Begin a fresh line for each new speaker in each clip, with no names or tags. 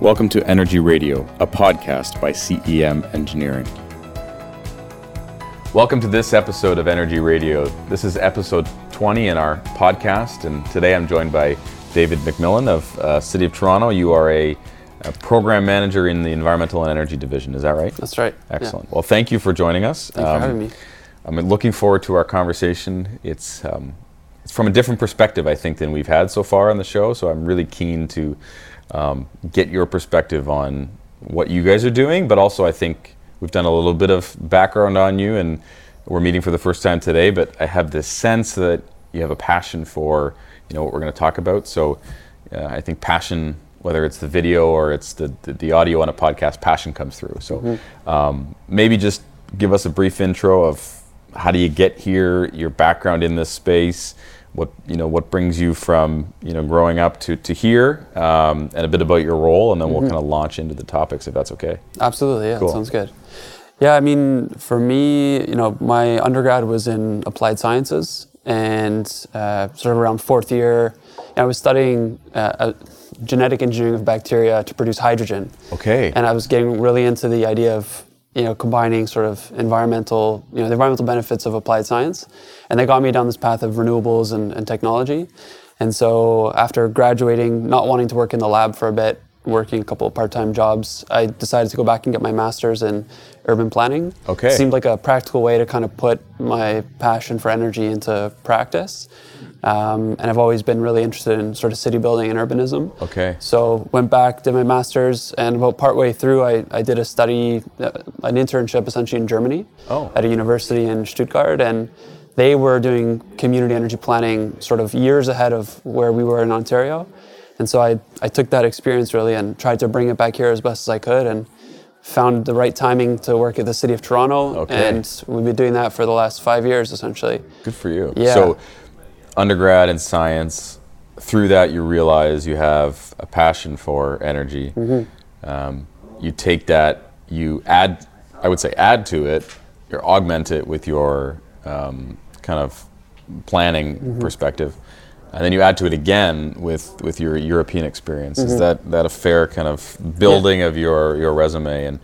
Welcome to Energy Radio, a podcast by CEM Engineering. Welcome to this episode of Energy Radio. This is episode 20 in our podcast, and today I'm joined by David McMillan of uh, City of Toronto. You are a, a program manager in the Environmental and Energy Division, is that right?
That's right. yeah.
Excellent. Well, thank you for joining us. Um,
Thanks for having me.
I'm looking forward to our conversation. It's um, it's from a different perspective, I think, than we've had so far on the show. So I'm really keen to um, get your perspective on what you guys are doing, but also I think we've done a little bit of background on you, and we're meeting for the first time today. But I have this sense that you have a passion for you know what we're going to talk about. So uh, I think passion, whether it's the video or it's the, the the audio on a podcast, passion comes through. So um, maybe just give us a brief intro of how do you get here, your background in this space, what you know, what brings you from you know growing up to to here, um, and a bit about your role, and then we'll kind of launch into the topics if that's okay.
Absolutely. Yeah,
Cool.
that sounds good. Yeah, I mean, for me, you know, my undergrad was in applied sciences, and uh, sort of around fourth year, I was studying uh, uh, genetic engineering of bacteria to produce hydrogen.
Okay.
And I was getting really into the idea of you know combining sort of environmental, you know, the environmental benefits of applied science, and they got me down this path of renewables and, and technology. And so after graduating, not wanting to work in the lab for a bit, working a couple of part-time jobs, I decided to go back and get my master's in urban planning.
Okay.
Seemed like a practical way to kind of put my passion for energy into practice. Um, and I've always been really interested in sort of city building and urbanism.
Okay.
So went back, did my master's, and about partway through, I, I did a study, uh, an internship essentially in Germany
Oh.
at a university in Stuttgart, and they were doing community energy planning sort of years ahead of where we were in Ontario. And so I, I took that experience really and tried to bring it back here as best as I could and found the right timing to work at the City of Toronto.
Okay.
And we've been doing that for the last five years essentially.
Good for you.
Yeah.
So, undergrad in science, through that you realize you have a passion for energy. Um, you take that, you add, I would say, add to it, or augment it with your um, kind of planning perspective, and then you add to it again with with your European experience. Is that that a fair kind of building of your your resume and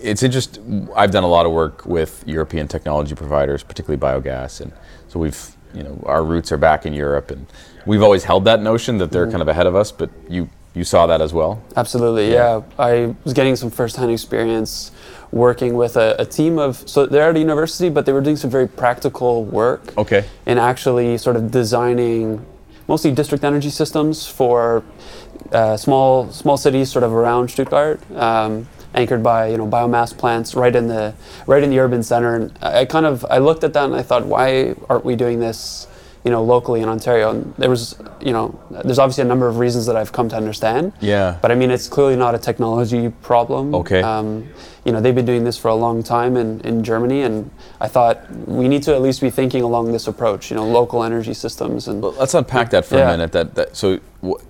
it's interesting. I've done a lot of work with European technology providers, particularly biogas, and so we've you know our roots are back in Europe, and we've always held that notion that they're kind of ahead of us. But you you saw that as well.
Absolutely, yeah. I was getting some first-hand experience working with a, a team of, so they're at a university, but they were doing some very practical work.
Okay.
And actually sort of designing mostly district energy systems for uh, small small cities sort of around Stuttgart, um, anchored by you know biomass plants right in the right in the urban center. And I I kind of I looked at that and I thought, why aren't we doing this? You know, locally in Ontario, and there was, you know, there's obviously a number of reasons that I've come to understand.
Yeah.
But I mean, it's clearly not a technology problem.
Okay.
Um, you know, they've been doing this for a long time in, in Germany, and I thought we need to at least be thinking along this approach, you know, local energy systems. And
Let's unpack that for
Yeah.
a minute. That, that so, wh-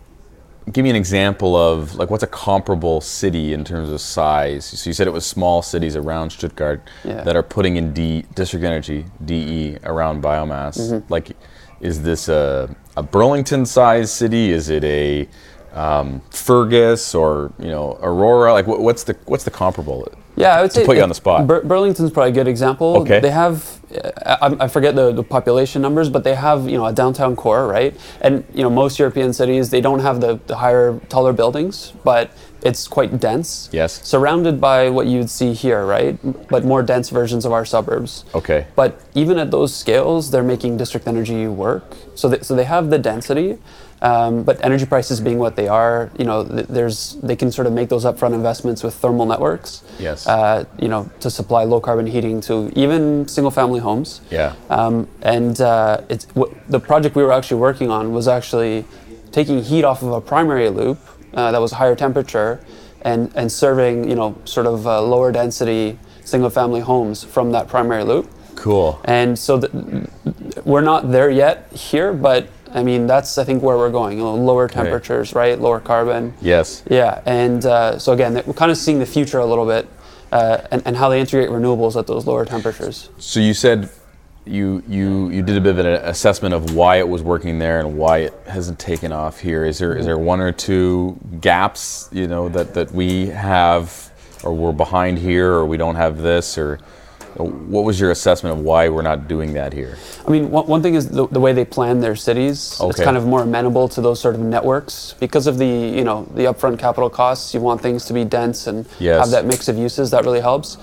give me an example of like what's a comparable city in terms of size. So you said it was small cities around Stuttgart
Yeah.
that are putting in D district energy DE around biomass.
Mm-hmm.
Like, is this a a Burlington sized city? Is it a um, Fergus or you know Aurora? Like, wh- what's the what's the comparable?
yeah, I would say
put you on the spot.
Bur- Burlington's probably a good example.
Okay.
They have, uh, I, I forget the, the population numbers, but they have, you know, a downtown core, right? And you know, most European cities they don't have the, the higher, taller buildings, but it's quite dense.
Yes.
Surrounded by what you'd see here, right? But more dense versions of our suburbs.
Okay.
But even at those scales, they're making district energy work. So they, so they have the density, um, but energy prices being what they are, you know, th- there's they can sort of make those upfront investments with thermal networks.
Yes.
Uh, you know, to supply low carbon heating to even single family homes.
Yeah.
Um, and uh, it's w- the project we were actually working on was actually taking heat off of a primary loop uh, that was higher temperature, and and serving you know sort of uh, lower density single family homes from that primary loop.
Cool.
And so th- we're not there yet here, but I mean that's I think where we're going. You know, lower temperatures, right? Lower carbon.
Yes.
Yeah, and uh, so again, that- we're kind of seeing the future a little bit, uh, and, and how they integrate renewables at those lower temperatures.
So you said you you you did a bit of an assessment of why it was working there and why it hasn't taken off here. Is there is there one or two gaps you know that that we have or we're behind here or we don't have this or what was your assessment of why we're not doing that here?
I mean, one, one thing is the, the way they plan their cities. It's
Okay.
kind of more amenable to those sort of networks because of the you know the upfront capital costs. You want things to be dense and have
Yes.
that mix of uses. That really helps.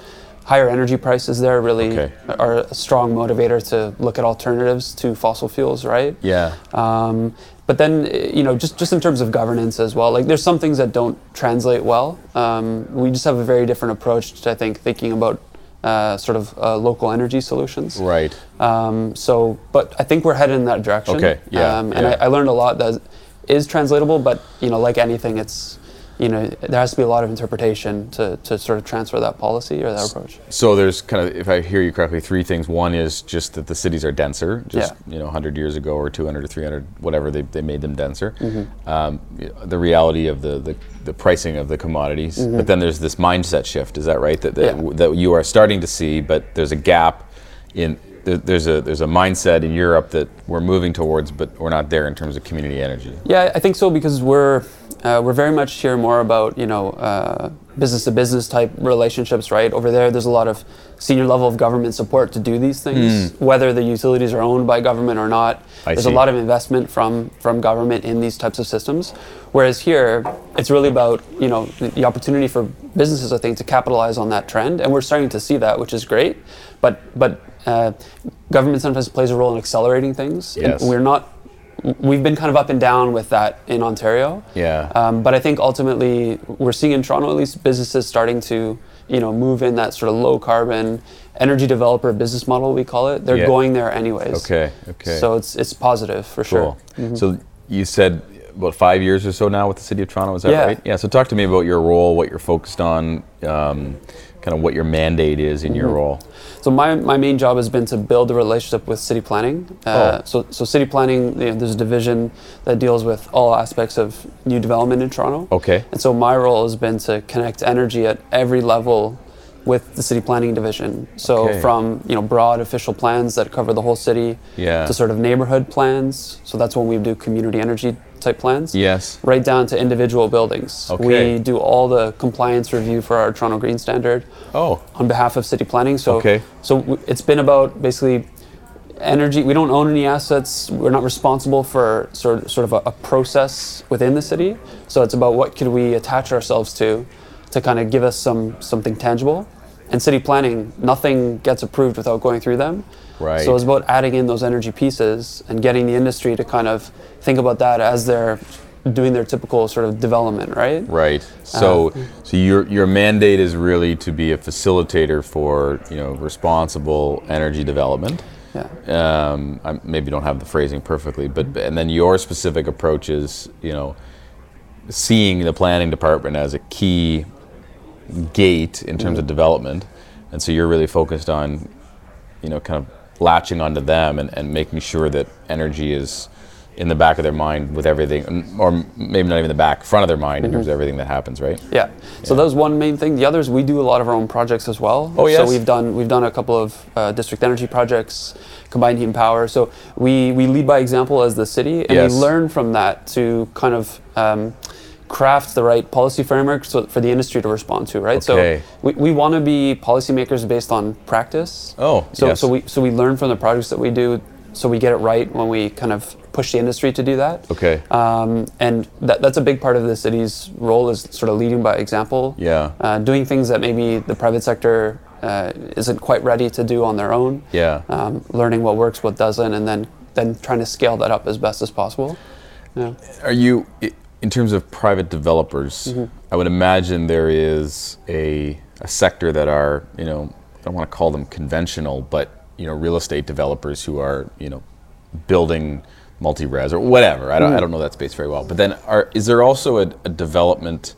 Higher energy prices there really
Okay.
are a strong motivator to look at alternatives to fossil fuels, right?
Yeah.
Um, but then, eh, you know, just, just in terms of governance as well, like there's some things that don't translate well. Um, we just have a very different approach to, I think, thinking about uh, sort of uh, local energy solutions.
Right.
Um, so, but I think we're headed in that direction.
Okay, yeah,
Um, and
yeah.
I, I learned a lot that is translatable, but you know, like anything, it's you know, there has to be a lot of interpretation to, to sort of transfer that policy or that approach.
So there's kind of, if I hear you correctly, three things. One is just that the cities are denser. Just
Yeah.
you know, 100 years ago or 200 or 300, whatever they, they made them denser.
Mm-hmm.
Um, y- the reality of the, the the pricing of the commodities. But then there's this mindset shift. Is that right? That that,
Mm-hmm. Yeah.
w- that you are starting to see, but there's a gap in. there- There's a there's a mindset in Europe that we're moving towards, but we're not there in terms of community energy.
Yeah, I think so because we're uh, we're very much here more about you know uh, business to business type relationships, right? Over there, there's a lot of senior level of government support to do these things, whether the utilities are owned by government or not.
Hmm. I
there's a
see.
lot of investment from from government in these types of systems, whereas here it's really about you know the, the opportunity for businesses, I think, to capitalize on that trend, and we're starting to see that, which is great. But but uh, government sometimes plays a role in accelerating things. and
Yes.
we're not we've been kind of up and down with that in Ontario.
Yeah.
Um, but I think ultimately we're seeing in Toronto at least businesses starting to you know move in that sort of low carbon energy developer business model we call it. They're
Yeah.
going there anyways.
Okay. Okay.
So it's it's positive for
Cool.
sure. Mm-hmm.
So you said about five years or so now with the city of Toronto. Is that
Yeah.
right? Yeah. So talk to me about your role, what you're focused on, um, kind of what your mandate is in
Mm-hmm.
your role.
So my, my main job has been to build a relationship with city planning. Uh,
Oh.
So so city planning, you know, there's a division that deals with all aspects of new development in Toronto.
Okay.
And so my role has been to connect energy at every level with the city planning division. So
Okay.
from you know broad official plans that cover the whole city
Yeah.
to sort of neighborhood plans. So that's when we do community energy type plans.
Yes.
Right down to individual buildings.
Okay.
We do all the compliance review for our Toronto Green Standard
Oh.
on behalf of city planning. So,
Okay.
so w- it's been about basically energy. We don't own any assets. We're not responsible for sort sort of a, a process within the city. So it's about what could we attach ourselves to, to kind of give us some something tangible. And city planning, nothing gets approved without going through them.
Right.
So it's about adding in those energy pieces and getting the industry to kind of think about that as they're doing their typical sort of development, right?
Right. So,
Uh,
so your your mandate is really to be a facilitator for you know responsible energy development.
Yeah.
Um, I maybe don't have the phrasing perfectly, but but- and then your specific approach is you know seeing the planning department as a key gate in terms of development, and so you're really focused on you know kind of latching onto them and, and making sure that energy is in the back of their mind with everything n- or m- maybe not even the back front of their mind in terms of everything that happens right
Yeah. So that was one main thing. The others, we do a lot of our own projects as well.
Oh,
So
yes.
we've done we've done a couple of uh, district energy projects, combined heat and power. So we we lead by example as the city, and
Yes.
we learn from that to kind of. Um, craft the right policy framework so, for the industry to respond to right
Okay.
so we, we want to be policymakers based on practice
Oh,
so
yes.
so we so we learn from the projects that we do so we get it right when we kind of push the industry to do that
okay
um, and that, that's a big part of the city's role is sort of leading by example.
Yeah.
Uh, doing things that maybe the private sector uh, isn't quite ready to do on their own.
yeah
Um, learning what works, what doesn't, and then then trying to scale that up as best as possible. Yeah.
Are you, i- in terms of private developers, I would imagine there is a, a sector that are, you know, I don't want to call them conventional, but, you know, real estate developers who are, you know, building multi-res or whatever. I don't, I don't know that space very well. But then are, is there also a, a development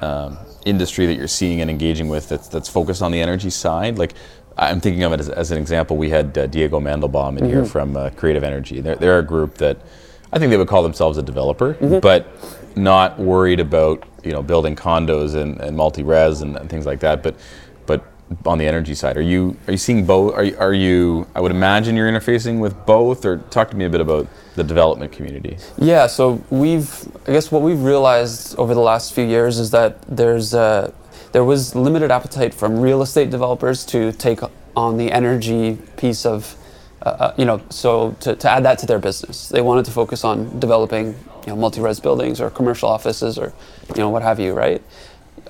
um, industry that you're seeing and engaging with that's, that's focused on the energy side? Like, I'm thinking of it as, as an example. We had uh, Diego Mandelbaum in here from uh, Creative Energy. They're, they're a group that I think they would call themselves a developer, but not worried about you know building condos and, and multi-res and, and things like that. But but on the energy side? Are you are you seeing both? Are you, are you? I would imagine you're interfacing with both. Or talk to me a bit about the development community.
Yeah, so we've I guess what we've realized over the last few years is that there's uh, there was limited appetite from real estate developers to take on the energy piece of uh, uh, you know so to, to add that to their business. They wanted to focus on developing you know multi-res buildings or commercial offices or you know what have you, right?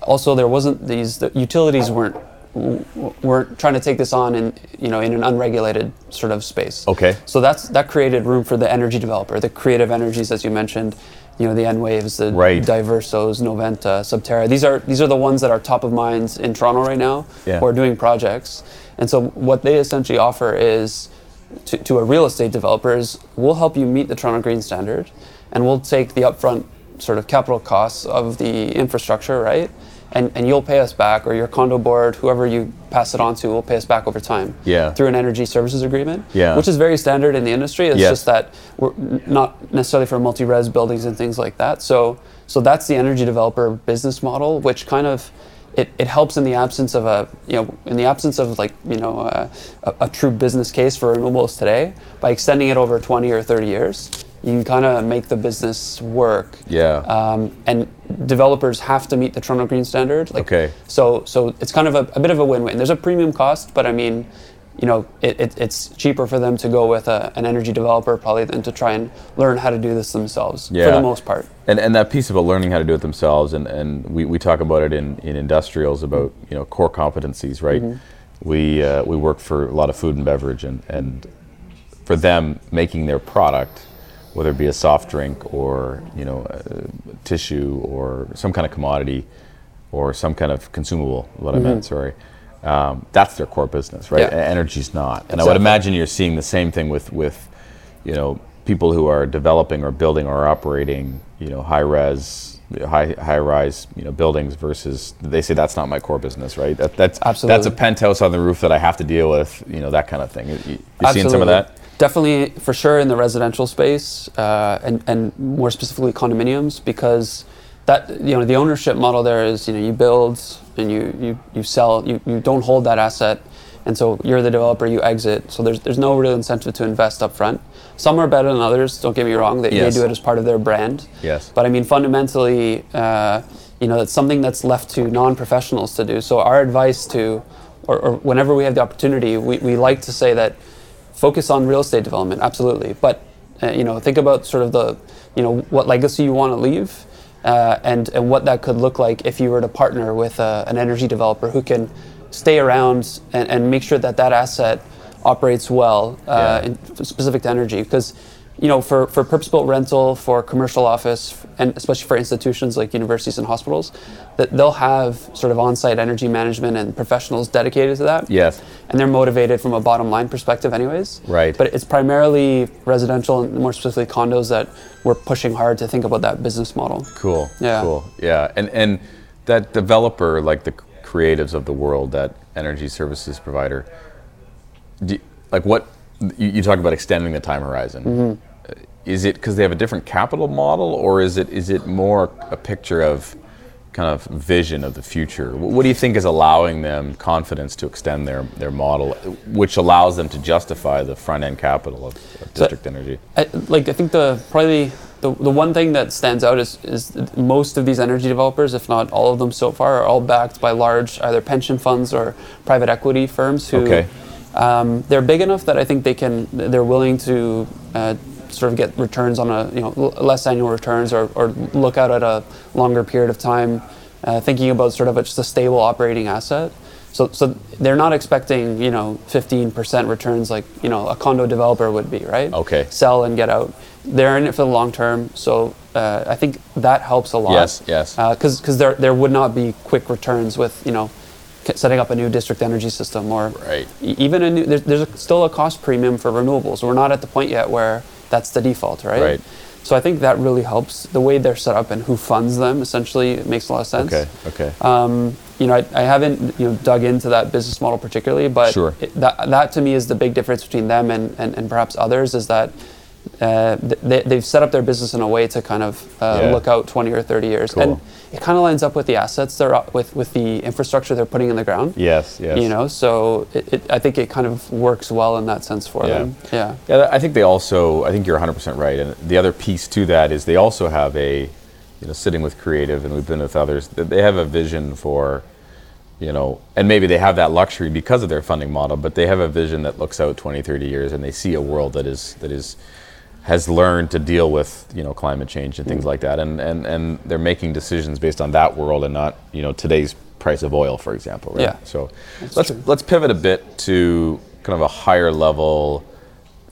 Also, there wasn't these the utilities weren't w- weren't trying to take this on in you know in an unregulated sort of space.
Okay.
So that's that created room for the energy developer, the creative energies as you mentioned, you know the N waves, the
Right.
Diversos, Noventa, Subterra. These are these are the ones that are top of minds in Toronto right now
Yeah.
who are doing projects. And so what they essentially offer is to, to a real estate developer is we'll help you meet the Toronto Green Standard and we'll take the upfront sort of capital costs of the infrastructure, right? And, and you'll pay us back, or your condo board, whoever you pass it on to, will pay us back over time.
Yeah.
Through an energy services agreement.
Yeah.
Which is very standard in the industry. It's
Yes.
just that we're n- not necessarily for multi-res buildings and things like that. So so that's the energy developer business model, which kind of it, it helps in the absence of a you know in the absence of like you know a, a, a true business case for renewables today by extending it over 20 or 30 years you can kind of make the business work
Yeah.
um, and developers have to meet the Toronto Green Standard. Like,
Okay.
So, so it's kind of a, a bit of a win-win. There's a premium cost, but I mean, you know, it, it, it's cheaper for them to go with a, an energy developer probably than to try and learn how to do this themselves. For
Yeah.
the most part.
and and that piece about learning how to do it themselves and and we, we talk about it in in industrials about you know core competencies right we uh, we work for a lot of food and beverage and and for them making their product whether it be a soft drink or you know a tissue or some kind of commodity or some kind of consumable what i meant sorry um, that's their core business right
Yeah.
E- energy's not and i would
Exactly.
imagine you're seeing the same thing with with you know people who are developing or building or operating you know high res high high rise you know buildings versus they say that's not my core business right that, that's that's a
Absolutely.
penthouse on the roof that I have to deal with you know that kind of thing You- you- you're seeing some of that
Absolutely. Definitely, for sure, in the residential space, uh, and and more specifically condominiums, because that you know the ownership model there is you know you build and you you, you sell you, you don't hold that asset, and so you're the developer you exit. So there's there's no real incentive to invest up front. Some are better than others. Don't get me wrong. They,
Yes.
they do it as part of their brand.
Yes.
But I mean, fundamentally, uh, you know, that's something that's left to non-professionals to do. So our advice to, or, or whenever we have the opportunity, we, we like to say that focus on real estate development, absolutely. But uh, you know, think about sort of the, you know, what legacy you want to leave, uh, and and what that could look like if you were to partner with uh, an energy developer who can stay around and, and make sure that that asset operates well uh,
Yeah.
in specific to energy because you know for, for purpose built rental for commercial office and especially for institutions like universities and hospitals that they'll have sort of on-site energy management and professionals dedicated to that
Yes.
and they're motivated from a bottom line perspective anyways
Right.
but it's primarily residential and more specifically condos that we're pushing hard to think about that business model
cool
Yeah.
cool yeah and and that developer like the creatives of the world that energy services provider do, like what you, you talk about extending the time horizon
Mm-hmm.
Uh, is it because they have a different capital model or is it is it more a picture of kind of vision of the future Wh- what do you think is allowing them confidence to extend their, their model which allows them to justify the front end capital of, of district energy
I, like I think the probably the, the one thing that stands out is is that most of these energy developers, if not all of them so far, are all backed by large either pension funds or private equity firms who
Okay.
um, they're big enough that I think they can they're willing to uh, sort of get returns on a you know l- less annual returns or, or look out at a longer period of time, uh, thinking about sort of a, just a stable operating asset. So, so they're not expecting you know 15% returns like you know a condo developer would be right
Okay.
sell and get out. They're in it for the long term, so uh, I think that helps a lot.
Yes, yes.
Because there there would not be quick returns with you know c- setting up a new district energy system or
Right.
e- even a new. There's, there's a, still a cost premium for renewables. We're not at the point yet where that's the default, right?
Right.
So I think that really helps the way they're set up and who funds them. Essentially, it makes a lot of sense.
okay okay
Um, you know, I, I haven't you know dug into that business model particularly, but
Sure.
it- that that to me is the big difference between them and, and, and perhaps others is that uh, th- they, they've set up their business in a way to kind of uh,
Yeah.
look out 20 or 30 years, and
Cool.
it kind of lines up with the assets they're o- with with the infrastructure they're putting in the ground.
Yes, yes.
You know, so it, it, I think it kind of works well in that sense for
Yeah.
them. Um, Yeah.
Yeah, th- I think they also. I think you're 100% right. And the other piece to that is they also have a, you know, sitting with creative, and we've been with others. th- They have a vision for, you know, and maybe they have that luxury because of their funding model. But they have a vision that looks out 20, 30 years, and they see a world that is that is has learned to deal with you know climate change and things
Mm.
like that, and and and they're making decisions based on that world and not you know today's price of oil, for example. Right?
Yeah.
So
That's
let's
true.
let's pivot a bit to kind of a higher level.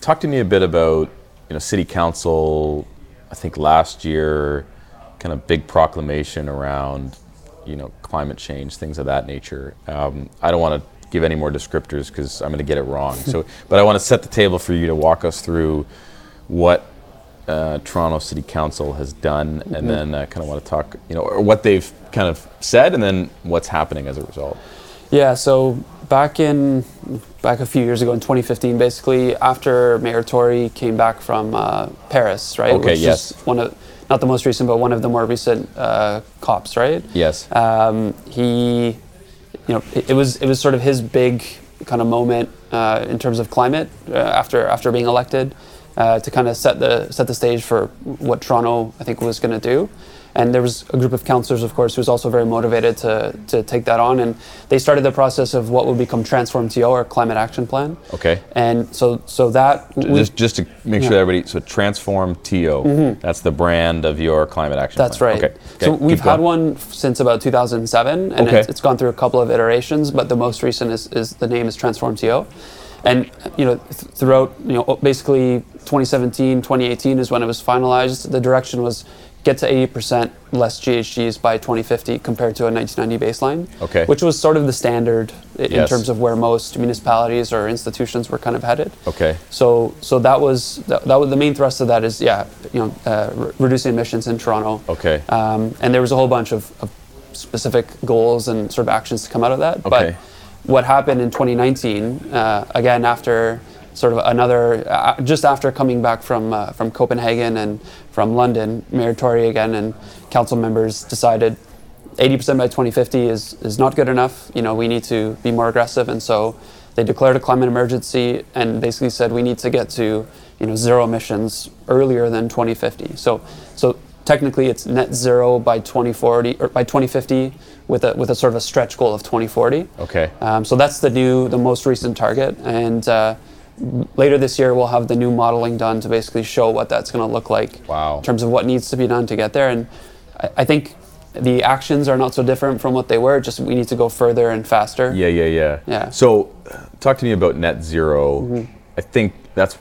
Talk to me a bit about you know city council. I think last year, kind of big proclamation around you know climate change, things of that nature. Um, I don't want to give any more descriptors because I'm going to get it wrong. so, but I want to set the table for you to walk us through what uh, Toronto City Council has done, and then I kind of want to talk, you know, or what they've kind of said, and then what's happening as a result.
Yeah, so back in back a few years ago in 2015, basically after Mayor Tory came back from uh, Paris, right?
Okay,
Which
yes.
Is one of not the most recent, but one of the more recent uh, cops, right?
Yes.
Um, he, you know, it, it was it was sort of his big kind of moment uh, in terms of climate uh, after after being elected uh, to kind of set the set the stage for what Toronto I think was going to do. And there was a group of councillors, of course, who was also very motivated to, to take that on. And they started the process of what would become Transform TO, or Climate Action Plan.
Okay.
And so, so that we-
just, just to make sure
Yeah. Mm-hmm.
everybody, so Transform TO, that's the brand of your climate action.
That's
plan.
right.
Okay.
So
Okay,
we've
keep
had
going.
one f- since about 2007, and
Okay.
it's, it's gone through a couple of iterations. But the most recent is, is the name is Transform TO, and you know th- throughout you know o- basically 2017, 2018 is when it was finalized. The direction was get to 80% less GHGs by 2050 compared to a 1990 baseline,
Okay.
which was sort of the standard i- in
Yes.
terms of where most municipalities or institutions were kind of headed.
Okay.
So, so that was that, that was the main thrust of that is yeah, you know, uh, re- reducing emissions in Toronto.
Okay.
Um, and there was a whole bunch of, of specific goals and sort of actions to come out of that. But
Okay.
what happened in 2019, uh, again after sort of another, uh, just after coming back from uh, from Copenhagen and from London, Mayor Tory again and council members decided 80% by 2050 is is not good enough. You know, we need to be more aggressive, and so they declared a climate emergency and basically said we need to get to you know zero emissions earlier than 2050. So so technically it's net zero by 2040 or by 2050 with a with a sort of a stretch goal of 2040.
Okay.
Um, so that's the new, the most recent target, and uh, m- later this year we'll have the new modeling done to basically show what that's going to look like
Wow.
in terms of what needs to be done to get there. And I, I think the actions are not so different from what they were. Just we need to go further and faster.
Yeah, yeah, yeah.
Yeah. Mm-hmm.
So, talk to me about net 0 I think that's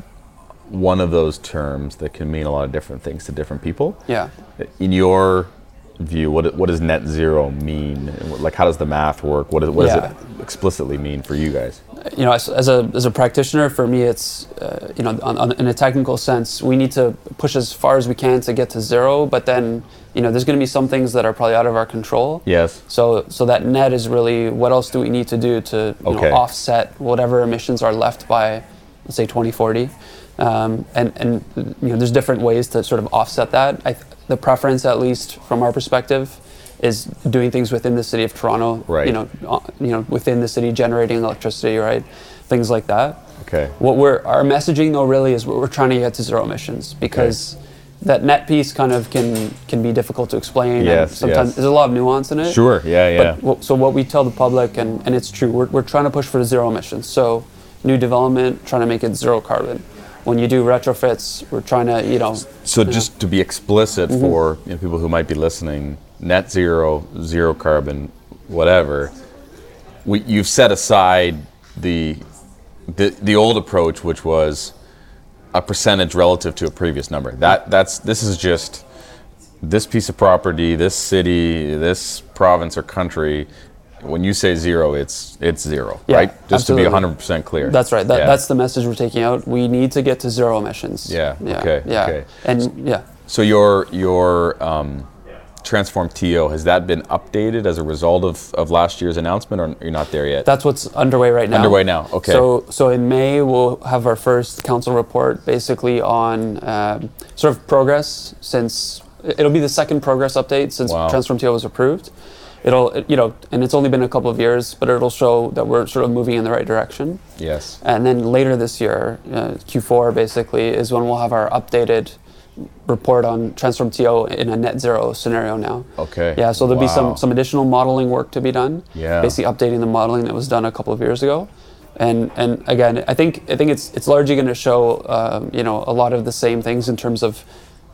one of those terms that can mean a lot of different things to different people.
Yeah.
In your view, what what does net zero mean? And what- Like, how does the math work? What, is, what
Yeah.
does it explicitly mean for you guys?
you know, as, as a as a practitioner, for me, it's uh, you know, on, on, in a technical sense, we need to push as far as we can to get to zero. But then, you know, there's going to be some things that are probably out of our control.
Yes.
So so that net is really what else do we need to do to you
Okay.
know, offset whatever emissions are left by, let's say, 2040. Um, and and you know, there's different ways to sort of offset that. I, th- the preference, at least from our perspective, is doing things within the city of Toronto.
Right.
You know, uh, you know, within the city, generating electricity, right? Things like that.
Okay.
What we're our messaging though really is what we're trying to get to zero emissions because that net piece kind of can can be difficult to explain. and
Yes,
sometimes
yes.
there's a lot of nuance in it.
Sure. Yeah, yeah.
But what, so what we tell the public, and, and it's true, we're, we're trying to push for zero emissions. So new development, trying to make it zero carbon. When you do retrofits, we're trying to, you know,
So just to be explicit
Mm-hmm.
for you know, people who might be listening, net zero, zero carbon, whatever, we, you've set aside the, the the old approach, which was a percentage relative to a previous number. That that's this is just this piece of property, this city, this province or country. When you say zero, it's it's zero,
Yeah,
right? Just to
absolutely.
be 100% clear.
that's right. That,
Yeah.
That's the message we're taking out. We need to get to zero emissions.
Yeah, okay,
Yeah.
okay.
And yeah.
So your your um, Transform TO, has that been updated as a result of, of last year's announcement, or you're not there yet?
That's what's underway right now.
Underway now, okay.
So, so in May we'll have our first council report, basically on um, sort of progress since it'll be the second progress update since
Wow.
Transform TO was approved. It'll, you know, and it's only been a couple of years, but it'll show that we're sort of moving in the right direction.
yes.
And then later this year, uh, Q4 basically, is when we'll have our updated report on Transform TO in a net zero scenario now.
Okay.
Yeah, so there'll be
Wow.
some, some additional modeling work to be done.
Yeah.
Basically updating the modeling that was done a couple of years ago. And, and again, I think, I think it's, it's largely going to show um, you know, a lot of the same things in terms of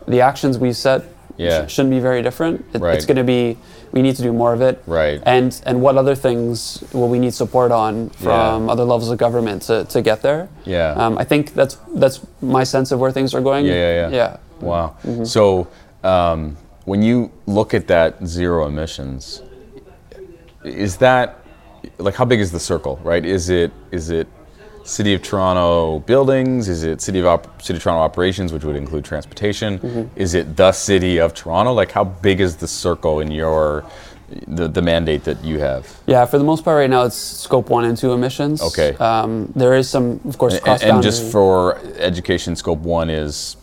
the actions we set
Yeah.
sh- shouldn't be very different. It,
Right.
It's going to be, we need to do more of it
Right.
and and what other things will we need support on from
Yeah.
other levels of government to, to get there?
Yeah.
Um, I think that's that's my sense of where things are going.
Yeah, yeah, yeah.
Yeah.
Wow. So um, when you look at that zero emissions, is that like how big is the circle? Right? Is it is it City of Toronto buildings? Is it City of op- City of Toronto operations, which would include transportation? Is it the City of Toronto? Like how big is the circle in your the, the mandate that you have?
Yeah, for the most part, right now it's scope one and two emissions.
Okay.
Um, there is some, of course,
A-
cross
And,
boundary.
just for education, scope one is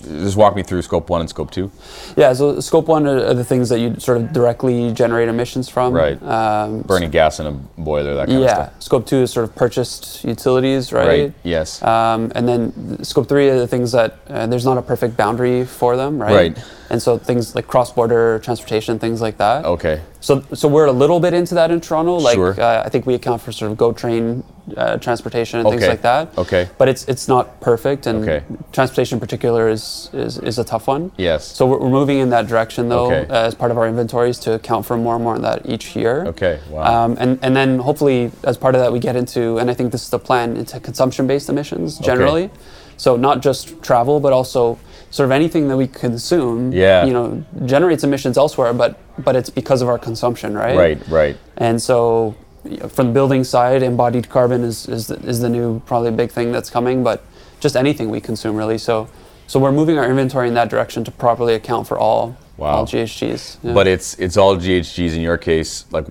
just walk me through scope one and scope two.
yeah, so scope one are are the things that you sort of directly generate emissions from.
Right.
Um,
Burning gas in a boiler, that kind of stuff.
yeah. Scope two is sort of purchased utilities,
Right. Yes.
Um, and then scope three are the things that uh, there's not a perfect boundary for them, right?
Right.
And so things like cross-border transportation, things like that.
okay.
So, so we're a little bit into that in Toronto. Like,
Sure.
uh, I think we account for sort of GO train uh, transportation and things
Okay.
like that.
Okay.
But it's it's not perfect, and
Okay.
transportation in particular is is, is a tough one.
Yes.
So we're, we're moving in that direction though,
Okay.
as part of our inventories to account for more and more of that each year.
Okay, wow.
Um, and and then hopefully as part of that we get into, and I think this is the plan into consumption-based emissions generally. So not just travel, but also sort of anything that we consume.
Yeah.
You know, generates emissions elsewhere, but but it's because of our consumption, right?
Right. Right.
And so, you know, from the building side, embodied carbon is, is, the, is the new probably big thing that's coming, but just anything we consume really. So, so we're moving our inventory in that direction to properly account for all,
Wow.
all GHGs. yeah.
But it's it's all GHGs in your case. Like,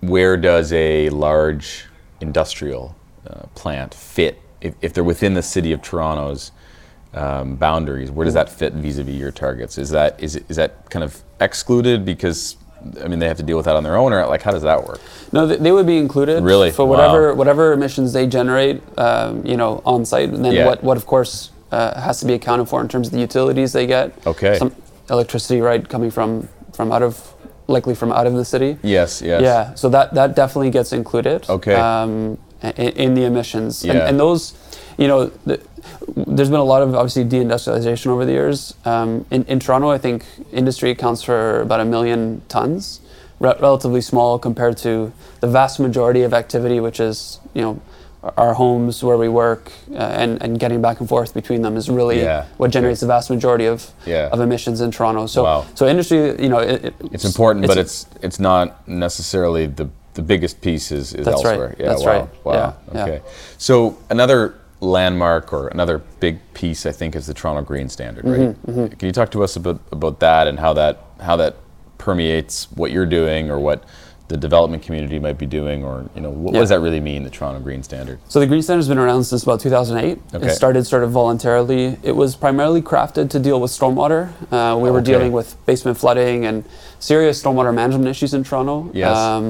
where does a large industrial uh, plant fit if, if they're within the city of Toronto's um, boundaries? Where does that fit vis-a-vis your targets? Is that is it, is that kind of excluded because I mean they have to deal with that on their own, or like how does that work?
no, th- they would be included
Really?
for
Wow.
whatever whatever emissions they generate, um, you know, on site. And then
Yeah.
what, what of course uh, has to be accounted for in terms of the utilities they get.
Okay.
Some electricity, right, coming from from out of likely from out of the city.
Yes. Yes.
Yeah, so that that definitely gets included.
Okay.
Um, in, in the emissions, and,
Yeah.
and those, you know, the, there's been a lot of obviously deindustrialization over the years. Um, in, in Toronto, I think industry accounts for about a million tons, re- relatively small compared to the vast majority of activity, which is you know. our- Our homes, where we work, uh, and, and getting back and forth between them is really
Yeah.
what generates the vast majority of
Yeah.
of emissions in Toronto. So,
Wow.
so industry, you know, it, it-
It's important, but it's it's not necessarily the the biggest piece is, is
That's right.
elsewhere. Yeah,
That's
wow.
right.
Wow.
Yeah, yeah.
Okay. So another landmark or another big piece I think is the Toronto Green Standard, right?
Mm-hmm,
Can you talk to us about about that and how that how that permeates what you're doing or what the development community might be doing or you know what, what does
Yeah.
that really mean the Toronto Green Standard?
So the Green Standard's been around since about 2008.
Okay.
It started sort of voluntarily. It was primarily crafted to deal with stormwater. Uh, we were
Okay.
dealing with basement flooding and serious stormwater management issues in Toronto. Um,
Yes.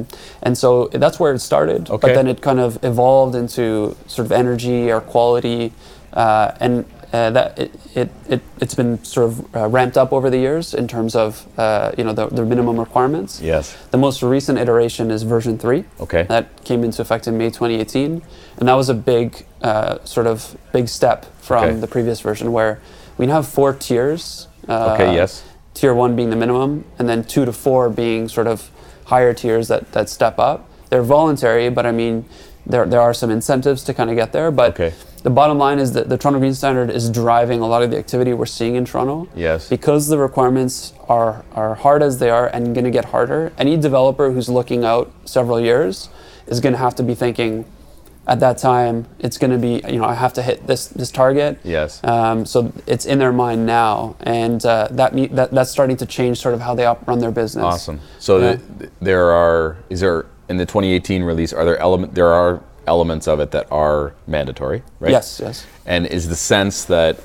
and so that's where it started.
Okay.
But then it kind of evolved into sort of energy, air quality, uh, and uh, that it, it, it, it's been sort of uh, ramped up over the years in terms of uh, you know the, the minimum requirements.
Yes.
The most recent iteration is version three.
Okay.
That came into effect in May 2018, and that was a big uh, sort of big step from
Okay.
the previous version, where we now have four tiers. Uh,
Okay, yes.
Tier one being the minimum, and then two to four being sort of higher tiers that, that step up. They're voluntary, but I mean, there, there are some incentives to kind of get there. But
Okay.
the bottom line is that the Toronto Green Standard is driving a lot of the activity we're seeing in Toronto
Yes.
because the requirements are, are hard as they are and going to get harder, any developer who's looking out several years is going to have to be thinking, at that time it's going to be you know I have to hit this this target.
Yes.
Um, so it's in their mind now, and uh, that, ne- that that's starting to change sort of how they op- run their business.
Awesome. So
Yeah.
th- th- there are is there in the 2018 release are there element there are elements of it that are mandatory, right?
Yes, yes.
And is the sense that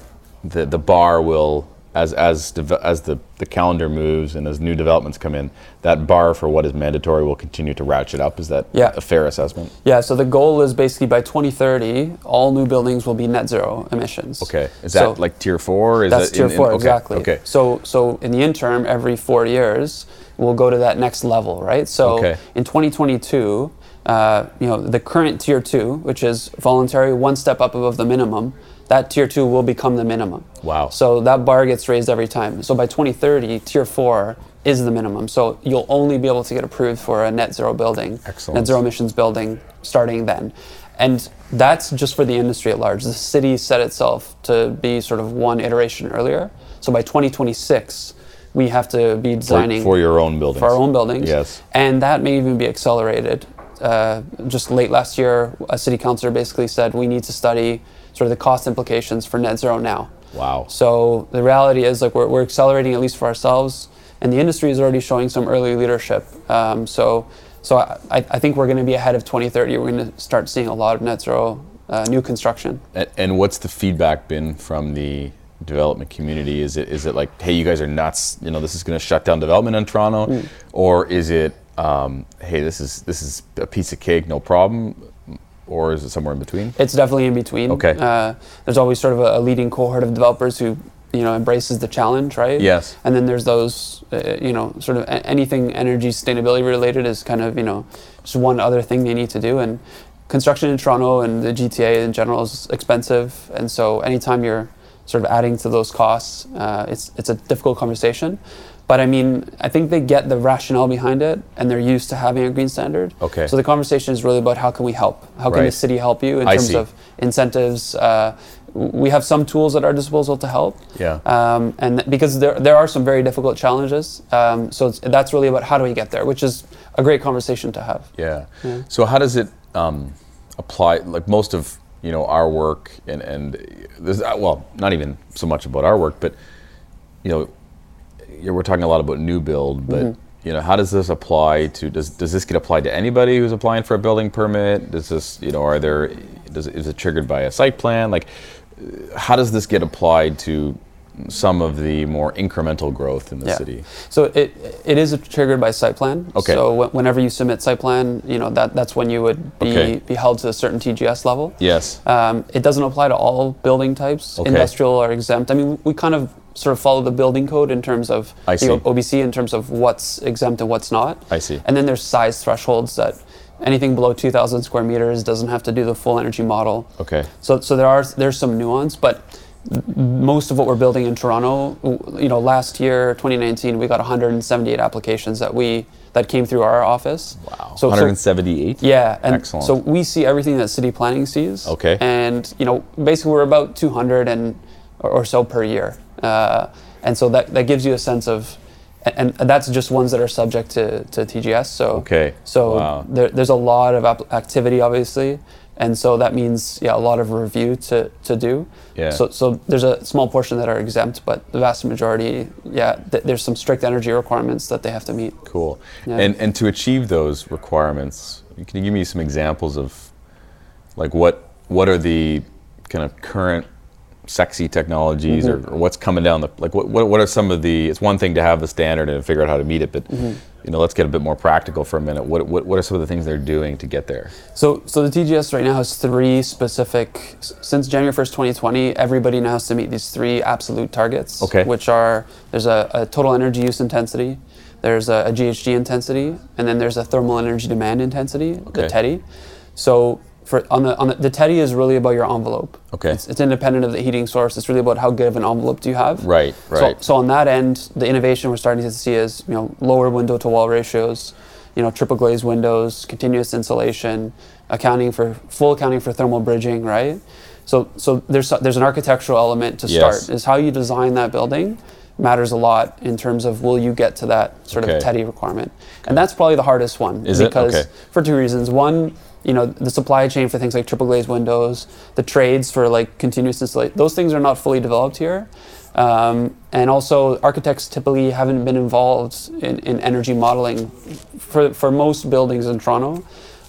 the the bar will as as deve- as the the calendar moves and as new developments come in, that bar for what is mandatory will continue to ratchet up. Is that
Yeah.
a fair assessment?
Yeah, so the goal is basically by 2030, all new buildings will be net zero emissions.
Okay. Is
So
that like tier four? Is
that's
that
tier
in- in-
four
okay,
exactly?
Okay.
So so in the interim, every four years, we'll go to that next level, right? So
Okay.
in 2022, uh, you know the current tier two, which is voluntary, one step up above the minimum. That tier two will become the minimum.
Wow.
So that bar gets raised every time. So by 2030, tier four is the minimum. So you'll only be able to get approved for a net zero building,
Excellent.
net zero emissions building starting then. And that's just for the industry at large. The city set itself to be sort of one iteration earlier. So by 2026, we have to be
For,
designing
for your own buildings.
for our own buildings.
Yes.
And that may even be accelerated. Uh, just late last year, a city councilor basically said we need to study sort of the cost implications for net zero now.
Wow.
So the reality is, like, we're, we're accelerating at least for ourselves, and the industry is already showing some early leadership. Um, so, so I, I I think we're going to be ahead of 2030. We're going to start seeing a lot of net zero uh, new construction.
A- And what's the feedback been from the development community? Is it is it like, hey, you guys are nuts? You know, this is going to shut down development in Toronto, or is it, um, hey, this is this is a piece of cake, no problem, or is it somewhere in between?
It's definitely in between.
Okay.
Uh, there's always sort of a, a leading cohort of developers who, you know, embraces the challenge, right?
Yes.
And then there's those, uh, you know, sort of a- anything energy sustainability related is kind of, you know, just one other thing they need to do. And construction in Toronto and the GTA in general is expensive, and so anytime you're sort of adding to those costs, uh, it's it's a difficult conversation. But I mean, I think they get the rationale behind it, and they're used to having a green standard.
Okay.
So the conversation is really about how can we help? How can
Right.
the city help you in
I
terms
see.
of incentives. Uh, we have some tools at our disposal to help.
Yeah.
Um, and th- because there, there are some very difficult challenges. Um, so it's, that's really about how do we get there, which is a great conversation to have.
Yeah. So how does it um, apply? Like most of you know our work and and this, uh, well, not even so much about our work, but you know, you we're talking a lot about new build, but.
Mm-hmm.
You know, how does this apply to? Does does this get applied to anybody who's applying for a building permit? Does this, you know, are there? Does it- is it triggered by a site plan? Like, uh, how does this get applied to some of the more incremental growth in the
Yeah.
city?
So it it is triggered by site plan.
Okay.
So wh- whenever you submit site plan, you know that that's when you would be
Okay.
be held to a certain TGS level.
Yes.
Um, it doesn't apply to all building types.
Okay.
Industrial are exempt. I mean, we kind of sort of follow the building code in terms of
I
the O-
see.
OBC in terms of what's exempt and what's not.
I see.
And then there's size thresholds that anything below 2,000 square meters doesn't have to do the full energy model.
okay.
So, so there are there's some nuance, but most of what we're building in Toronto, w- you know, last year 2019, we got 178 applications that we that came through our office.
Wow.
So, so
178.
yeah, and
Excellent.
so we see everything that city planning sees.
Okay.
And you know, basically, we're about 200 and or, or so per year, uh, and so that that gives you a sense of, and, and that's just ones that are subject to, to TGS. So
Okay.
So
Wow.
there, there's a lot of app- activity, obviously, and so that means yeah, a lot of review to to do.
Yeah.
So so there's a small portion that are exempt, but the vast majority, yeah, th- there's some strict energy requirements that they have to meet.
Cool.
Yeah.
And and to achieve those requirements, can you give me some examples of like what what are the kind of current sexy technologies or, or what's coming down the like what, what what are some of the it's one thing to have the standard and figure out how to meet it, but you know, let's get a bit more practical for a minute. What what what are some of the things they're doing to get there?
So, so the TGS right now has three specific. s- Since January first, twenty twenty, everybody now has to meet these three absolute targets.
Okay.
Which are there's a, a total energy use intensity, there's a, a GHG intensity, and then there's a thermal energy demand intensity,
Okay.
the TEDI. So, for on the on the, the TEDI is really about your envelope.
Okay.
It's, it's independent of the heating source. It's really about how good of an envelope do you have.
Right,
So-
right.
so on that end, the innovation we're starting to see is you know lower window to wall ratios, you know triple glazed windows, continuous insulation, accounting for full accounting for thermal bridging, right? So so there's there's an architectural element to
Yes.
start is how you design that building matters a lot in terms of will you get to that sort
Okay.
of teddy requirement and that's probably the hardest one
Is it?
because
Okay.
for two reasons one you know the supply chain for things like triple glazed windows the trades for like continuous installation those things are not fully developed here um, and also architects typically haven't been involved in, in energy modeling for, for most buildings in toronto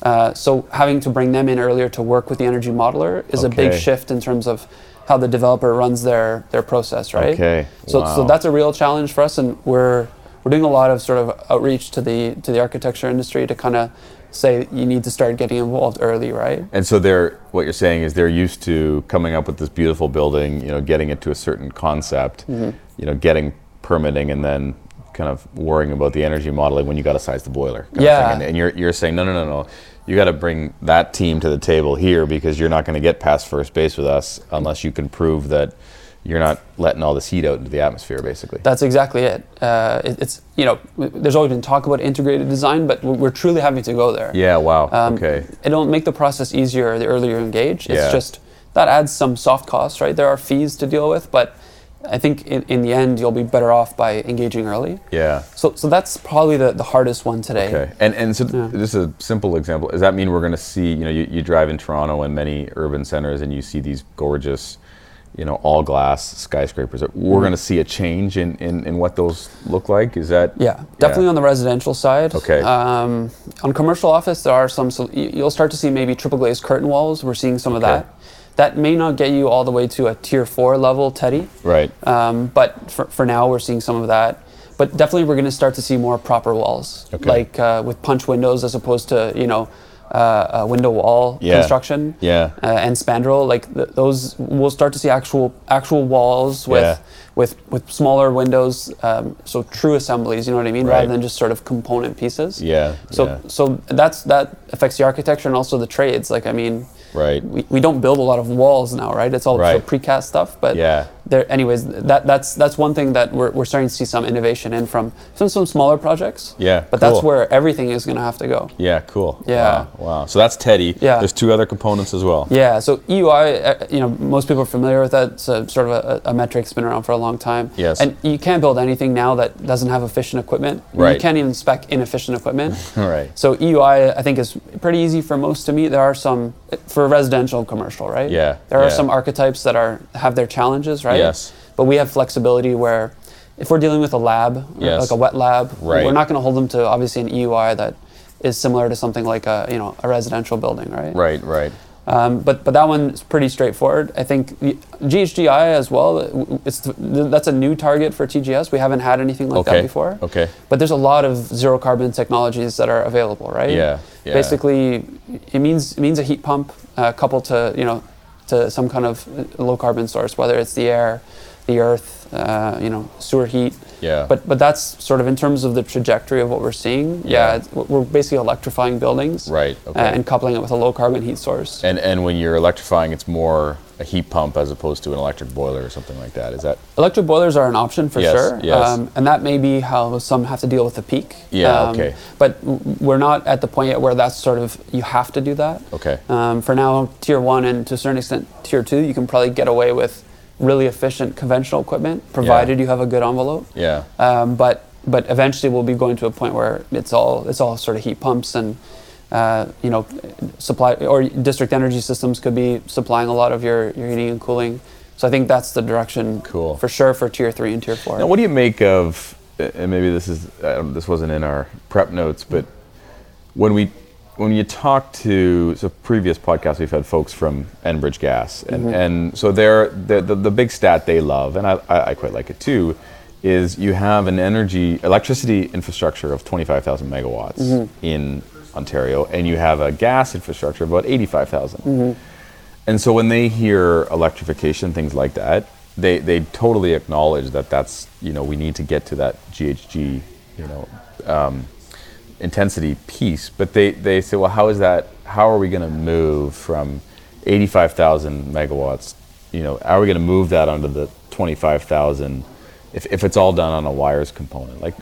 uh, so having to bring them in earlier to work with the energy modeler is a big
Okay.
shift in terms of how the developer runs their their process right
Okay,
so so
wow.
that's a real challenge for us, and we're we're doing a lot of sort of outreach to the to the architecture industry to kind of say you need to start getting involved early, right?
And so they're what you're saying is they're used to coming up with this beautiful building, you know, getting it to a certain concept,
Mm-hmm.
you know, getting permitting, and then kind of worrying about the energy modeling when you got to size the boiler. kind of thing.
Yeah.
And, and you're you're saying no, no, no, no. You got to bring that team to the table here because you're not going to get past first base with us unless you can prove that you're not letting all this heat out into the atmosphere, basically.
That's exactly it. Uh, it it's you know w- there's always been talk about integrated design, but we're we're truly having to go there.
yeah. Wow.
Um,
okay.
It'll make the process easier the earlier you engage. It's
Yeah.
just that adds some soft costs, right? There are fees to deal with, but I think in, in the end you'll be better off by engaging early.
Yeah.
So so that's probably the, the hardest one today.
Okay, and and so th- just a simple example. Does that mean we're going to see? You know, you, you drive in Toronto and many urban centers, and you see these gorgeous, you know, all glass skyscrapers. We're
Mm-hmm.
going to see a change in, in in what those look like. Is that
Yeah, definitely on the residential side.
Okay.
Um, on commercial office, there are some. sol- you- You'll start to see maybe triple glazed curtain walls. We're seeing some of
Okay.
that. That may not get you all the way to a tier four level teddy,
right?
um, but for, for now we're seeing some of that. But definitely we're going to start to see more proper walls,
Okay.
like uh, with punch windows as opposed to you know uh, a window wall
Yeah.
construction
Yeah.
uh, and spandrel. Like th- those, we'll start to see actual actual walls with
Yeah.
with with smaller windows. Um, so true assemblies, you know what I mean,
Right.
rather than just sort of component pieces.
Yeah,
So
yeah.
so that's that affects the architecture and also the trades. Like I mean.
Right.
We, we don't build a lot of walls now, right? It's all
Right.
sort of precast stuff. But
Yeah.
there, anyways, that that's that's one thing that we're, we're starting to see some innovation in from some some smaller projects.
Yeah,
But that's
cool.
where everything is going to have to go.
Yeah. Cool.
Yeah.
Wow. wow. So that's Teddy.
Yeah.
There's two other components as well.
Yeah, so EUI, uh, you know, most people are familiar with that. It's a, sort of a, a metric that's been around for a long time.
Yes.
And you can't build anything now that doesn't have efficient equipment.
Right.
You can't even spec inefficient equipment.
Right.
So EUI, I think, is pretty easy for most to meet. There are some for residential and commercial, right?
Yeah,
There
yeah.
are some archetypes that are have their challenges, right?
Yes.
But we have flexibility where, if we're dealing with a lab,
Yes.
like a wet lab,
Right.
we're not going to hold them to obviously an EUI that is similar to something like a you know a residential building, right?
Right. Right.
Um, but but that one's pretty straightforward. I think the GHGI as well. uh, w- It's th- that's a new target for TGS. We haven't had anything like
Okay,
that before.
okay.
But there's a lot of zero carbon technologies that are available, right?
Yeah, yeah.
Basically, it means it means a heat pump uh, coupled to you know to some kind of uh, low carbon source, whether it's the air, the earth, uh, you know, sewer heat.
Yeah.
But but that's sort of in terms of the trajectory of what we're seeing.
Yeah.
it's- we're basically electrifying buildings.
Right,
uh,
okay.
and coupling it with a low carbon heat source.
And and when you're electrifying, it's more a heat pump as opposed to an electric boiler or something like that. Is that
Electric boilers are an option for
Yes,
sure, um,
yes.
and that may be how some have to deal with the peak. Um,
Yeah, okay.
But w- we're not at the point yet where that's sort of you have to do that.
Okay.
Um, for now, tier one and to a certain extent tier two, you can probably get away with really efficient conventional equipment, provided you have a good envelope.
Yeah.
Um, but but eventually we'll be going to a point where it's all it's all sort of heat pumps and uh, you know supply or district energy systems could be supplying a lot of your, your heating and cooling. So I think that's the direction
Cool.
for sure for tier three and tier four.
Now, what do you make of? And maybe this is uh, this wasn't in our prep notes, but when we when you talk to so previous podcasts, we've had folks from Enbridge Gas, and and so they're, they the the big stat they love, and I, I I quite like it too, is you have an energy electricity infrastructure of twenty five thousand megawatts in Ontario, and you have a gas infrastructure of about eighty and so when they hear electrification, things like that, they, they totally acknowledge that that's, you know, we need to get to that GHG, you know, um, intensity piece. But they, they say, well, how is that, how are we going to move from 85,000 megawatts, you know, how are we going to move that onto the 25,000 if, if it's all done on a wires component? Like,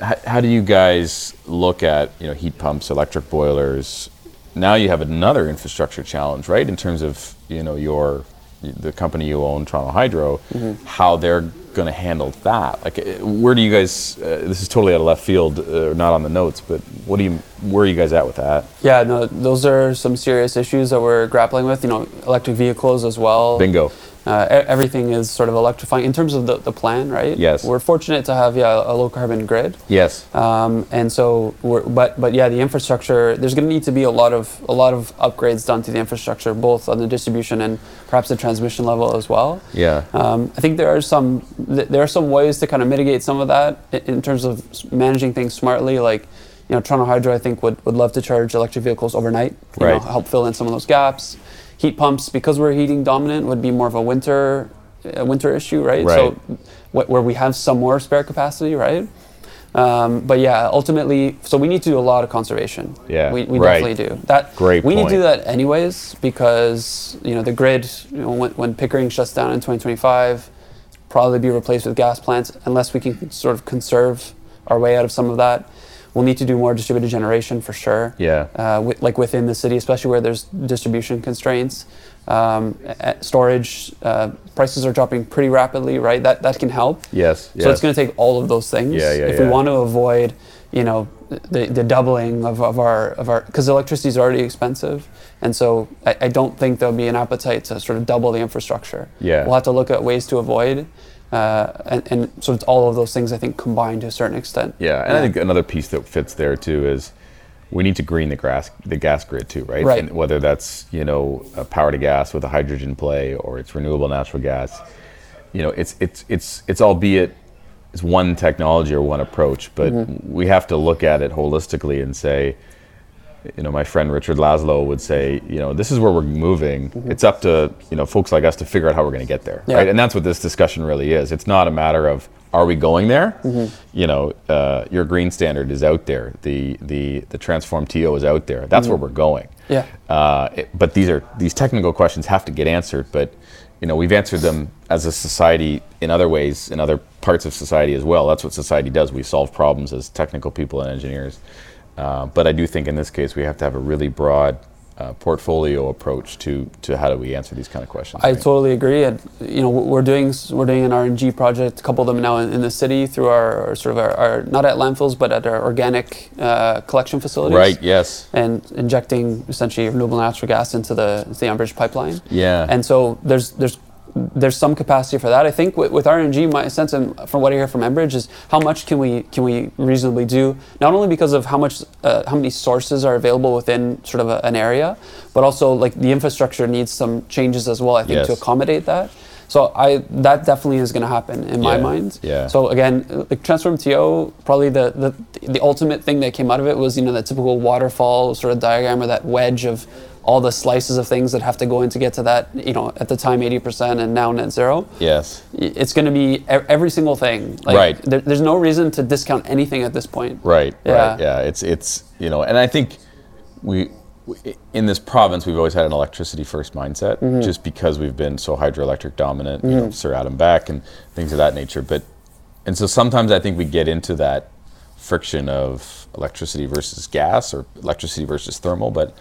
how, how do you guys look at you know heat pumps, electric boilers? Now you have another infrastructure challenge, right? In terms of you know your the company you own, Toronto Hydro, how they're going to handle that. Like, eh, where do you guys? Uh, this is totally out of left field, uh, not on the notes, but what do you? Where are you guys at with that?
Yeah, no, those are some serious issues that we're grappling with. You know, electric vehicles as well.
Bingo.
Uh, e- everything is sort of electrifying in terms of the, the plan, right?
Yes.
We're fortunate to have yeah, a low carbon grid.
Yes.
Um, and so, we're, but but yeah, the infrastructure. There's going to need to be a lot of a lot of upgrades done to the infrastructure, both on the distribution and perhaps the transmission level as well.
Yeah.
Um, I think there are some th- there are some ways to kind of mitigate some of that i- in terms of s- managing things smartly. Like, you know, Toronto Hydro, I think would, would love to charge electric vehicles overnight. You
Right.
Know, help fill in some of those gaps. Heat pumps, because we're heating dominant, would be more of a winter a winter issue, right?
Right.
So, wh- where we have some more spare capacity, right? Um, but yeah, ultimately, so we need to do a lot of conservation.
Yeah,
we, we
right.
definitely do that.
Great
We need to do
point.
that anyways because you know the grid. You know, when, when Pickering shuts down in 2025, probably be replaced with gas plants unless we can sort of conserve our way out of some of that. We'll need to do more distributed generation for sure.
Yeah.
Uh, wi- like within the city, especially where there's distribution constraints, um, a- a- storage uh, prices are dropping pretty rapidly. Right, that that can help.
yes.
So it's going to take all of those things.
Yeah, yeah,
if
yeah.
we want to avoid, you know, the, the doubling of, of our of our because electricity is already expensive, and so I, I don't think there'll be an appetite to sort of double the infrastructure.
Yeah.
we'll have to look at ways to avoid, uh, and, and so it's all of those things I think combined to a certain extent.
Yeah, and I think another piece that fits there too is we need to green the grass, the gas grid too, right?
Right.
And whether that's you know a power to gas with a hydrogen play or it's renewable natural gas, you know, it's it's it's it's albeit it's one technology or one approach, but we have to look at it holistically and say, you know, my friend Richard Laszlo would say, you know, this is where we're moving. It's up to, you know, folks like us to figure out how we're going to get there.
Mm-hmm. Yeah.
Right. And that's what this discussion really is. It's not a matter of, are we going there?
Mm-hmm.
You know, uh, your green standard is out there. The, the, the transform TO is out there. That's where we're going.
Mm-hmm. Yeah.
Uh, it- but these are, these technical questions have to get answered, but you know, we've answered them as a society in other ways, in other parts of society as well. That's what society does. We solve problems as technical people and engineers. Uh, but I do think in this case we have to have a really broad uh, portfolio approach to to how do we answer these kind of questions.
I
right?
totally agree. And you know, we're doing s- we're doing an RNG project, a couple of them now in, in the city through our, our sort of our, our not at landfills but at our organic uh, collection facilities.
right. Yes.
and injecting essentially renewable natural gas into the into the Enbridge pipeline.
Yeah.
And so there's there's there's some capacity for that. I think with, with RNG, my sense and from what I hear from Enbridge is how much can we can we reasonably do? Not only because of how much uh, how many sources are available within sort of a, an area, but also like the infrastructure needs some changes as well. I think to
Yes.
accommodate that. So I that definitely is going to happen in my
Yeah,
mind.
yeah.
So again, uh, like Transform TO, probably the, the the ultimate thing that came out of it was you know that typical waterfall sort of diagram or that wedge of all the slices of things that have to go in to get to that you know at the time 80% and now net zero.
Yes.
Y- It's going to be e- every single thing. Like,
Right.
There, there's no reason to discount anything at this point.
Right.
Yeah.
Right. Yeah. It's it's you know, and I think we w- in this province we've always had an electricity first mindset, just because we've been so hydroelectric dominant, you know, Sir Adam Beck and things of that nature. But and so sometimes I think we get into that friction of electricity versus gas or electricity versus thermal, but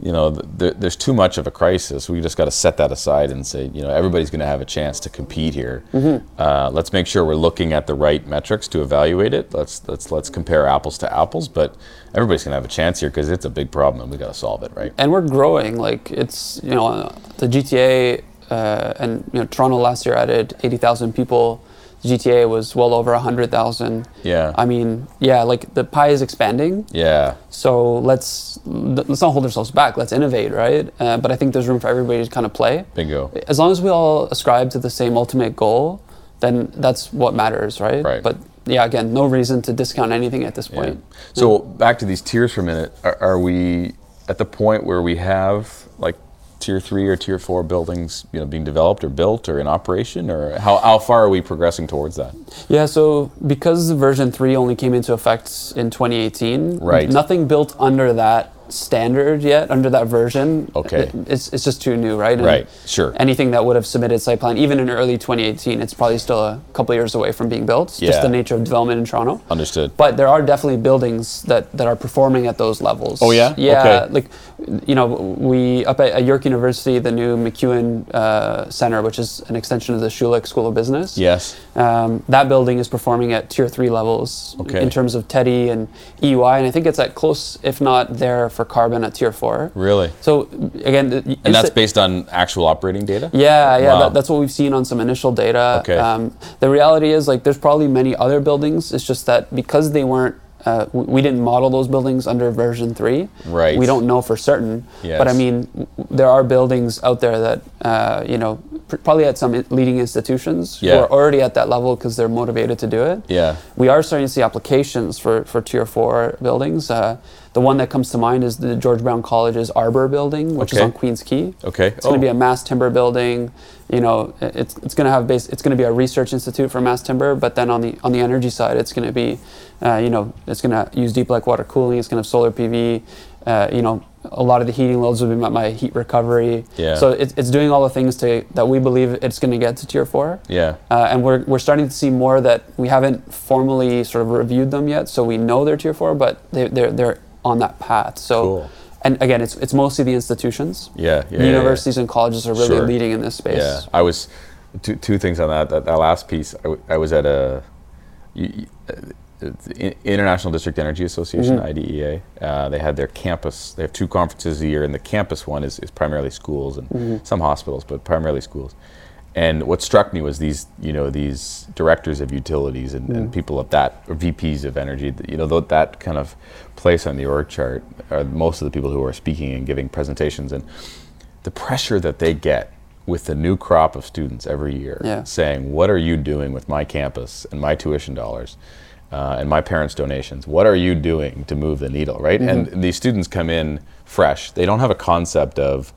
you know, th- there, there's too much of a crisis. We just got to set that aside and say, you know, everybody's going to have a chance to compete here. Uh, let's make sure we're looking at the right metrics to evaluate it. Let's let's let's compare apples to apples. But everybody's going to have a chance here because it's a big problem and we got to solve it, right?
and we're growing. Like it's you know uh, the GTA uh, and you know Toronto last year added eighty thousand people. The GTA was well over hundred thousand.
Yeah.
I mean, yeah, like the pie is expanding.
Yeah.
So let's let's not hold ourselves back. Let's innovate, right? Uh, but I think there's room for everybody to kind of play.
Bingo.
As long as we all ascribe to the same ultimate goal, then that's what matters, right?
Right.
But yeah, again, no reason to discount anything at this
Yeah.
point.
So back to these tiers for a minute. Are, are we at the point where we have like tier three or tier four buildings, you know, being developed or built or in operation, or how how far are we progressing towards that?
Yeah, so because version 3 only came into effect in 2018,
Right.
nothing built under that standard yet, under that version.
Okay.
It's, it's just too new, right? And
Right, sure.
Anything that would have submitted site plan, even in early 2018, it's probably still a couple years away from being built,
Yeah.
just the nature of development in Toronto.
Understood.
But there are definitely buildings that, that are performing at those levels.
Oh, yeah?
Yeah.
Okay.
Like you know, we up at, at York University, the new McEwen uh, Center, which is an extension of the Schulich School of Business.
Yes.
Um, that building is performing at tier three levels
Okay.
in terms of TEDI and EUI, and I think it's at close, if not there, for carbon at tier four.
Really.
So again, the-
And that's
it's-
based on actual operating data.
yeah, yeah,
Wow.
that, that's what we've seen on some initial data.
Okay.
Um, the reality is, like, there's probably many other buildings. It's just that because they weren't, uh, w- we didn't model those buildings under version three.
Right.
We don't know for certain. But I
Yes.
mean, w- there are buildings out there that, uh, you know, pr- probably at some i- leading institutions who
Yeah.
are already at that level because they're motivated to do it.
Yeah.
We are starting to see applications for, for tier four buildings. Uh, the one that comes to mind is the George Brown College's Arbor building, which
Okay.
is on Queens Quay.
Okay. Oh.
It's going to be a mass timber building. You know, i- it's, it's going to have base. It's going to be a research institute for mass timber. But then on the on the energy side, it's going to be, uh, you know, it's going to use deep lake water cooling. It's going to have solar PV. Uh, you know, a lot of the heating loads will be met by heat recovery.
Yeah.
So it's, it's doing all the things to that we believe it's going to get to tier four.
yeah.
Uh, and we're, we're starting to see more that we haven't formally sort of reviewed them yet, so we know they're tier four, but they, they're, they're on that path. So,
Cool.
and again, it's, it's mostly the institutions.
Yeah, yeah, yeah, yeah.
universities and colleges are really
Sure.
leading in this space.
Yeah, I was two, two things on that. That, that last piece, I, w- I was at a you- you- uh, it's the I- International District Energy Association (IDEA). Uh, they had their campus. They have two conferences a year, and the campus one is, is primarily schools and some hospitals, but primarily schools. And what struck me was these, you know, these directors of utilities and, and people of that, or VPs of energy, th- you know, tho- that kind of place on the org chart are most of the people who are speaking and giving presentations. And the pressure that they get with the new crop of students every year
Yeah.
saying, What are you doing with my campus and my tuition dollars uh, and my parents' donations? What are you doing to move the needle, right? And these students come in fresh. They don't have a concept of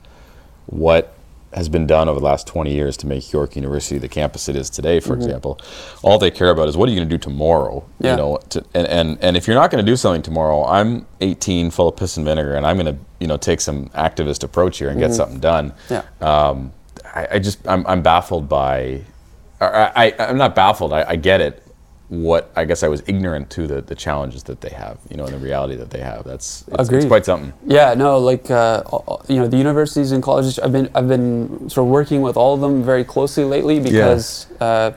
what has been done over the last 20 years to make York University the campus it is today, for example. All they care about is what are you going to do tomorrow?
Yeah.
You know, to, and, and, and if you're not going to do something tomorrow, I'm 18, full of piss and vinegar, and I'm going to, you know, take some activist approach here and get something done.
Yeah.
Um, I, I just, I'm, I'm baffled by, or I, I, I'm not baffled, I, I get it. What I guess I was ignorant to the, the challenges that they have, you know, and the reality that they have. That's it's, it's
Agreed.
quite something.
Yeah, no, like uh, all- all- you know, the universities and colleges. I've been I've been sort of working with all of them very closely lately because uh,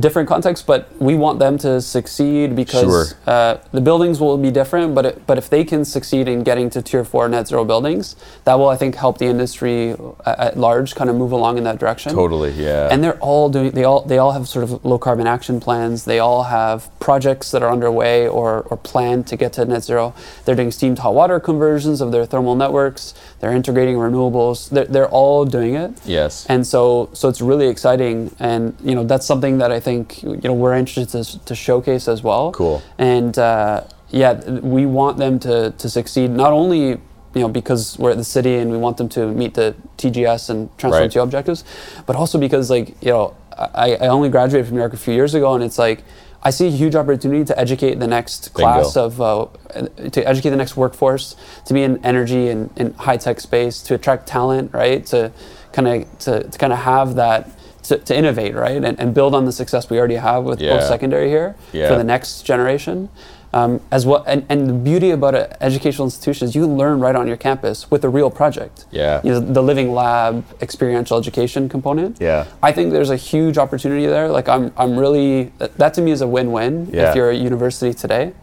different contexts, but we want them to succeed because
Sure.
uh, the buildings will be different. But it, but if they can succeed in getting to tier four net zero buildings, that will I think help the industry at, at large kind of move along in that direction.
Totally, yeah.
And they're all doing. They all they all have sort of low carbon action plans. They all have projects that are underway or or planned to get to net zero. They're doing steam to hot water conversions of their thermal networks. They're integrating renewables. They're, they're all doing it.
yes.
And so so it's really exciting. And you know that's something that I think you know we're interested to, to showcase as well.
Cool.
And uh, yeah, th- we want them to to succeed not only. You know, because we're at the city and we want them to meet the TGS and transform
Right.
to objectives, but also because like you know I, I only graduated from York a few years ago, and it's like I see a huge opportunity to educate the next
Bingo.
class of uh, to educate the next workforce to be in energy and, and high tech space to attract talent, right? To kind of to, to kind of have that. To, to innovate, right, and, and build on the success we already have with
Yeah.
both secondary here
Yeah.
for the next generation, um, as well. And, and the beauty about an educational institution is you can learn right on your campus with a real project.
Yeah.
You know, the living lab experiential education component.
Yeah.
I think there's a huge opportunity there. Like I'm, I'm really that, that to me is a win-win
Yeah.
if you're a university today.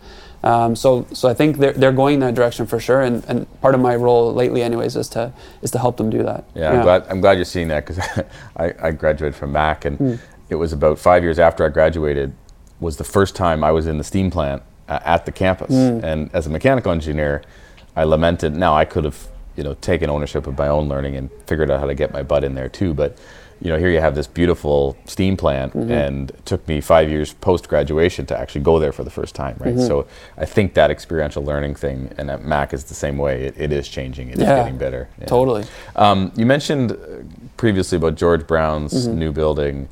Um, so, so I think they're, they're going that direction for sure. And, and part of my role lately, anyways, is to is to help them do that.
Yeah, I'm glad I'm glad you're seeing that because I, I graduated from Mac, and
Hmm.
it was about five years after I graduated was the first time I was in the steam plant uh, at the campus.
Hmm.
And as a mechanical engineer, I lamented. Now I could have you know taken ownership of my own learning and figured out how to get my butt in there too, but. You know, here you have this beautiful steam plant,
Mm-hmm.
and it took me five years post graduation to actually go there for the first time, right?
Mm-hmm.
So I think that experiential learning thing, and at Mac is the same way. It, it is changing. It is
Yeah.
getting better. Yeah.
Totally.
Um, you mentioned uh, previously about George Brown's
Mm-hmm.
new building,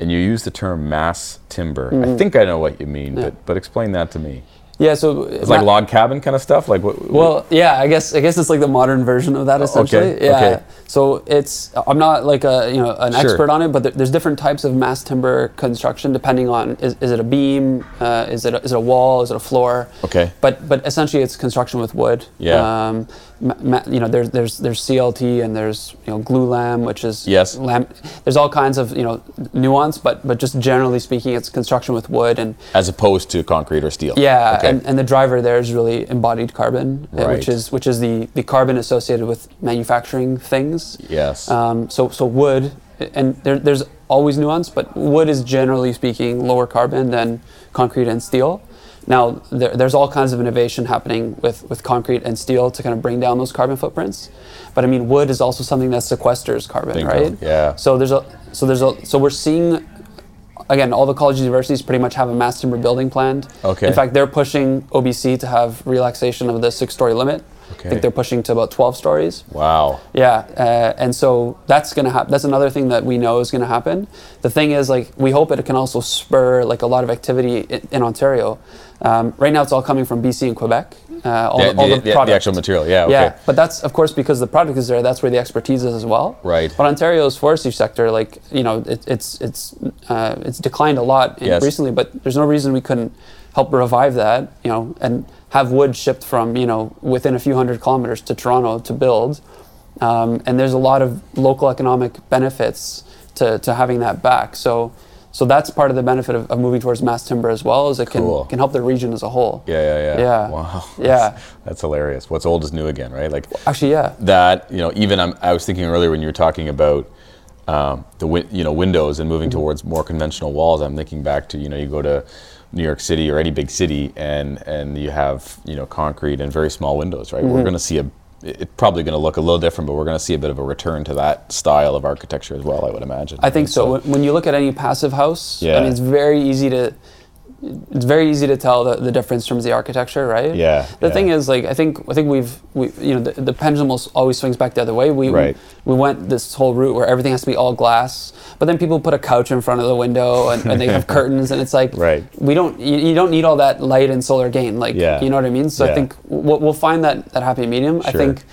and you used the term mass timber.
Mm-hmm.
I think I know what you mean, but but explain that to me.
Yeah. So
It's like log cabin kind of stuff. Like what?
Well, yeah, I guess I guess it's like the modern version of that essentially.
Oh, okay,
yeah.
okay.
So it's I'm not like a you know an
Sure.
expert on it, but there, there's different types of mass timber construction depending on is, is it a beam, uh, is it a, is it a wall, is it a floor?
Okay.
But but essentially it's construction with wood.
Yeah.
Um, ma- ma- you know, there's there's there's CLT and there's you know glue lam, which is
Yes.
lam. There's all kinds of you know nuance, but but just generally speaking, it's construction with wood and
as opposed to concrete or steel.
yeah,
Okay.
and, and the driver there is really embodied carbon, uh,
Right.
which is which is the the carbon associated with manufacturing things.
yes.
Um, so so wood, and there, there's always nuance, but wood is generally speaking lower carbon than concrete and steel. Now there, there's all kinds of innovation happening with, with concrete and steel to kind of bring down those carbon footprints, but I mean wood is also something that sequesters carbon,
Bingo,
right?
yeah.
So there's a so there's a so we're seeing. Again, all the colleges and universities pretty much have a mass timber building planned.
Okay.
In fact, they're pushing OBC to have relaxation of the six-story limit. I
Okay.
think they're pushing to about 12 stories.
wow.
Yeah, uh, and so that's gonna happen. That's another thing that we know is gonna happen. The thing is, like, we hope it can also spur like a lot of activity in, in Ontario. Um, right now, it's all coming from BC and Quebec. Uh, all
The,
the, all
the-
the,
the- the
product.
actual material. Yeah. Okay.
Yeah, but that's of course because the product is there. That's where the expertise is as well.
Right.
But Ontario's forestry sector, like you know, it, it's it's uh, it's declined a lot in
Yes.
recently. But there's no reason we couldn't help revive that. You know, and have wood shipped from you know within a few hundred kilometers to Toronto to build. Um, and there's a lot of local economic benefits to, to having that back. So. So that's part of the benefit of, of moving towards mass timber as well, is it can,
Cool.
can help the region as a whole.
Yeah. Yeah. Yeah.
Yeah.
Wow.
Yeah.
That's hilarious. What's old is new again, right? Like
Actually, yeah.
that. You know, even I'm, I was thinking earlier when you were talking about um, the win- you know windows and moving towards more conventional walls. I'm thinking back to you know you go to New York City or any big city and and you have you know concrete and very small windows, right?
Mm-hmm.
We're going to see a it- it's probably going to look a little different, but we're going to see a bit of a return to that style of architecture as well. I would imagine.
I think so. When, when you look at any passive house, I
Yeah.
mean, it's very easy to it's very easy to tell the, the difference in terms of the architecture, right?
Yeah,
The
yeah.
thing is, like, I think I think we've we you know the, the pendulum als- always swings back the other way. We
Right.
we went this whole route where everything has to be all glass, but then people put a couch in front of the window and, and they have curtains, and it's like
Right.
we don't you, you don't need all that light and solar gain, like
Yeah.
you know what I mean. So I
Yeah.
think we'll, we'll find that that happy medium. I
Sure.
think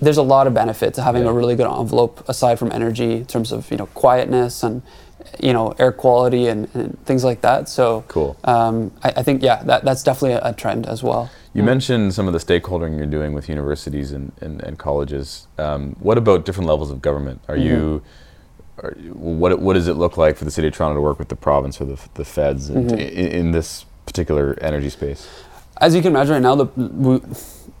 there's a lot of benefit to having
Yeah.
a really good envelope aside from energy in terms of you know quietness and you know air quality and, and things like that so
Cool.
um, I, I think yeah that, that's definitely a, a trend as well
You mentioned some of the stakeholdering you're doing with universities and, and, and colleges. Um, what about different levels of government?
Mm-hmm.
Are you, are, you- what, what does it look like for the city of Toronto to work with the province or the, f- the feds and
Mm-hmm.
i- in, this particular energy space?
as you can imagine right now the we,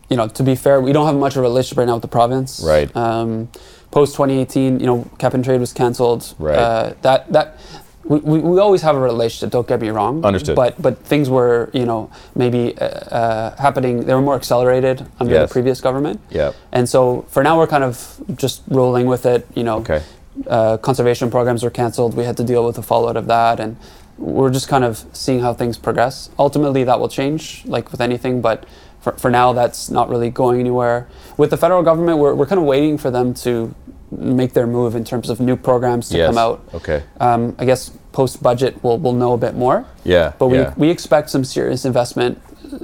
you know to be fair we don't have much of a relationship right now with the province
Right.
um, post 2018 you know cap and trade was cancelled
Right.
uh, that that we, we, we always have a relationship don't get me wrong
Understood.
but but things were you know maybe uh, uh, happening they were more accelerated under
Yes.
the previous government
Yeah.
And so for now, we're kind of just rolling with it. You know,
Okay.
uh, conservation programs were canceled. We had to deal with the fallout of that, and we're just kind of seeing how things progress. Ultimately, that will change, like with anything, but. For, for now, that's not really going anywhere. With the federal government, we're, we're kind of waiting for them to make their move in terms of new programs to
yes.
come out.
Okay.
Um, I guess post budget, we'll, we'll know a bit more.
Yeah.
But
yeah.
we, we expect some serious investment,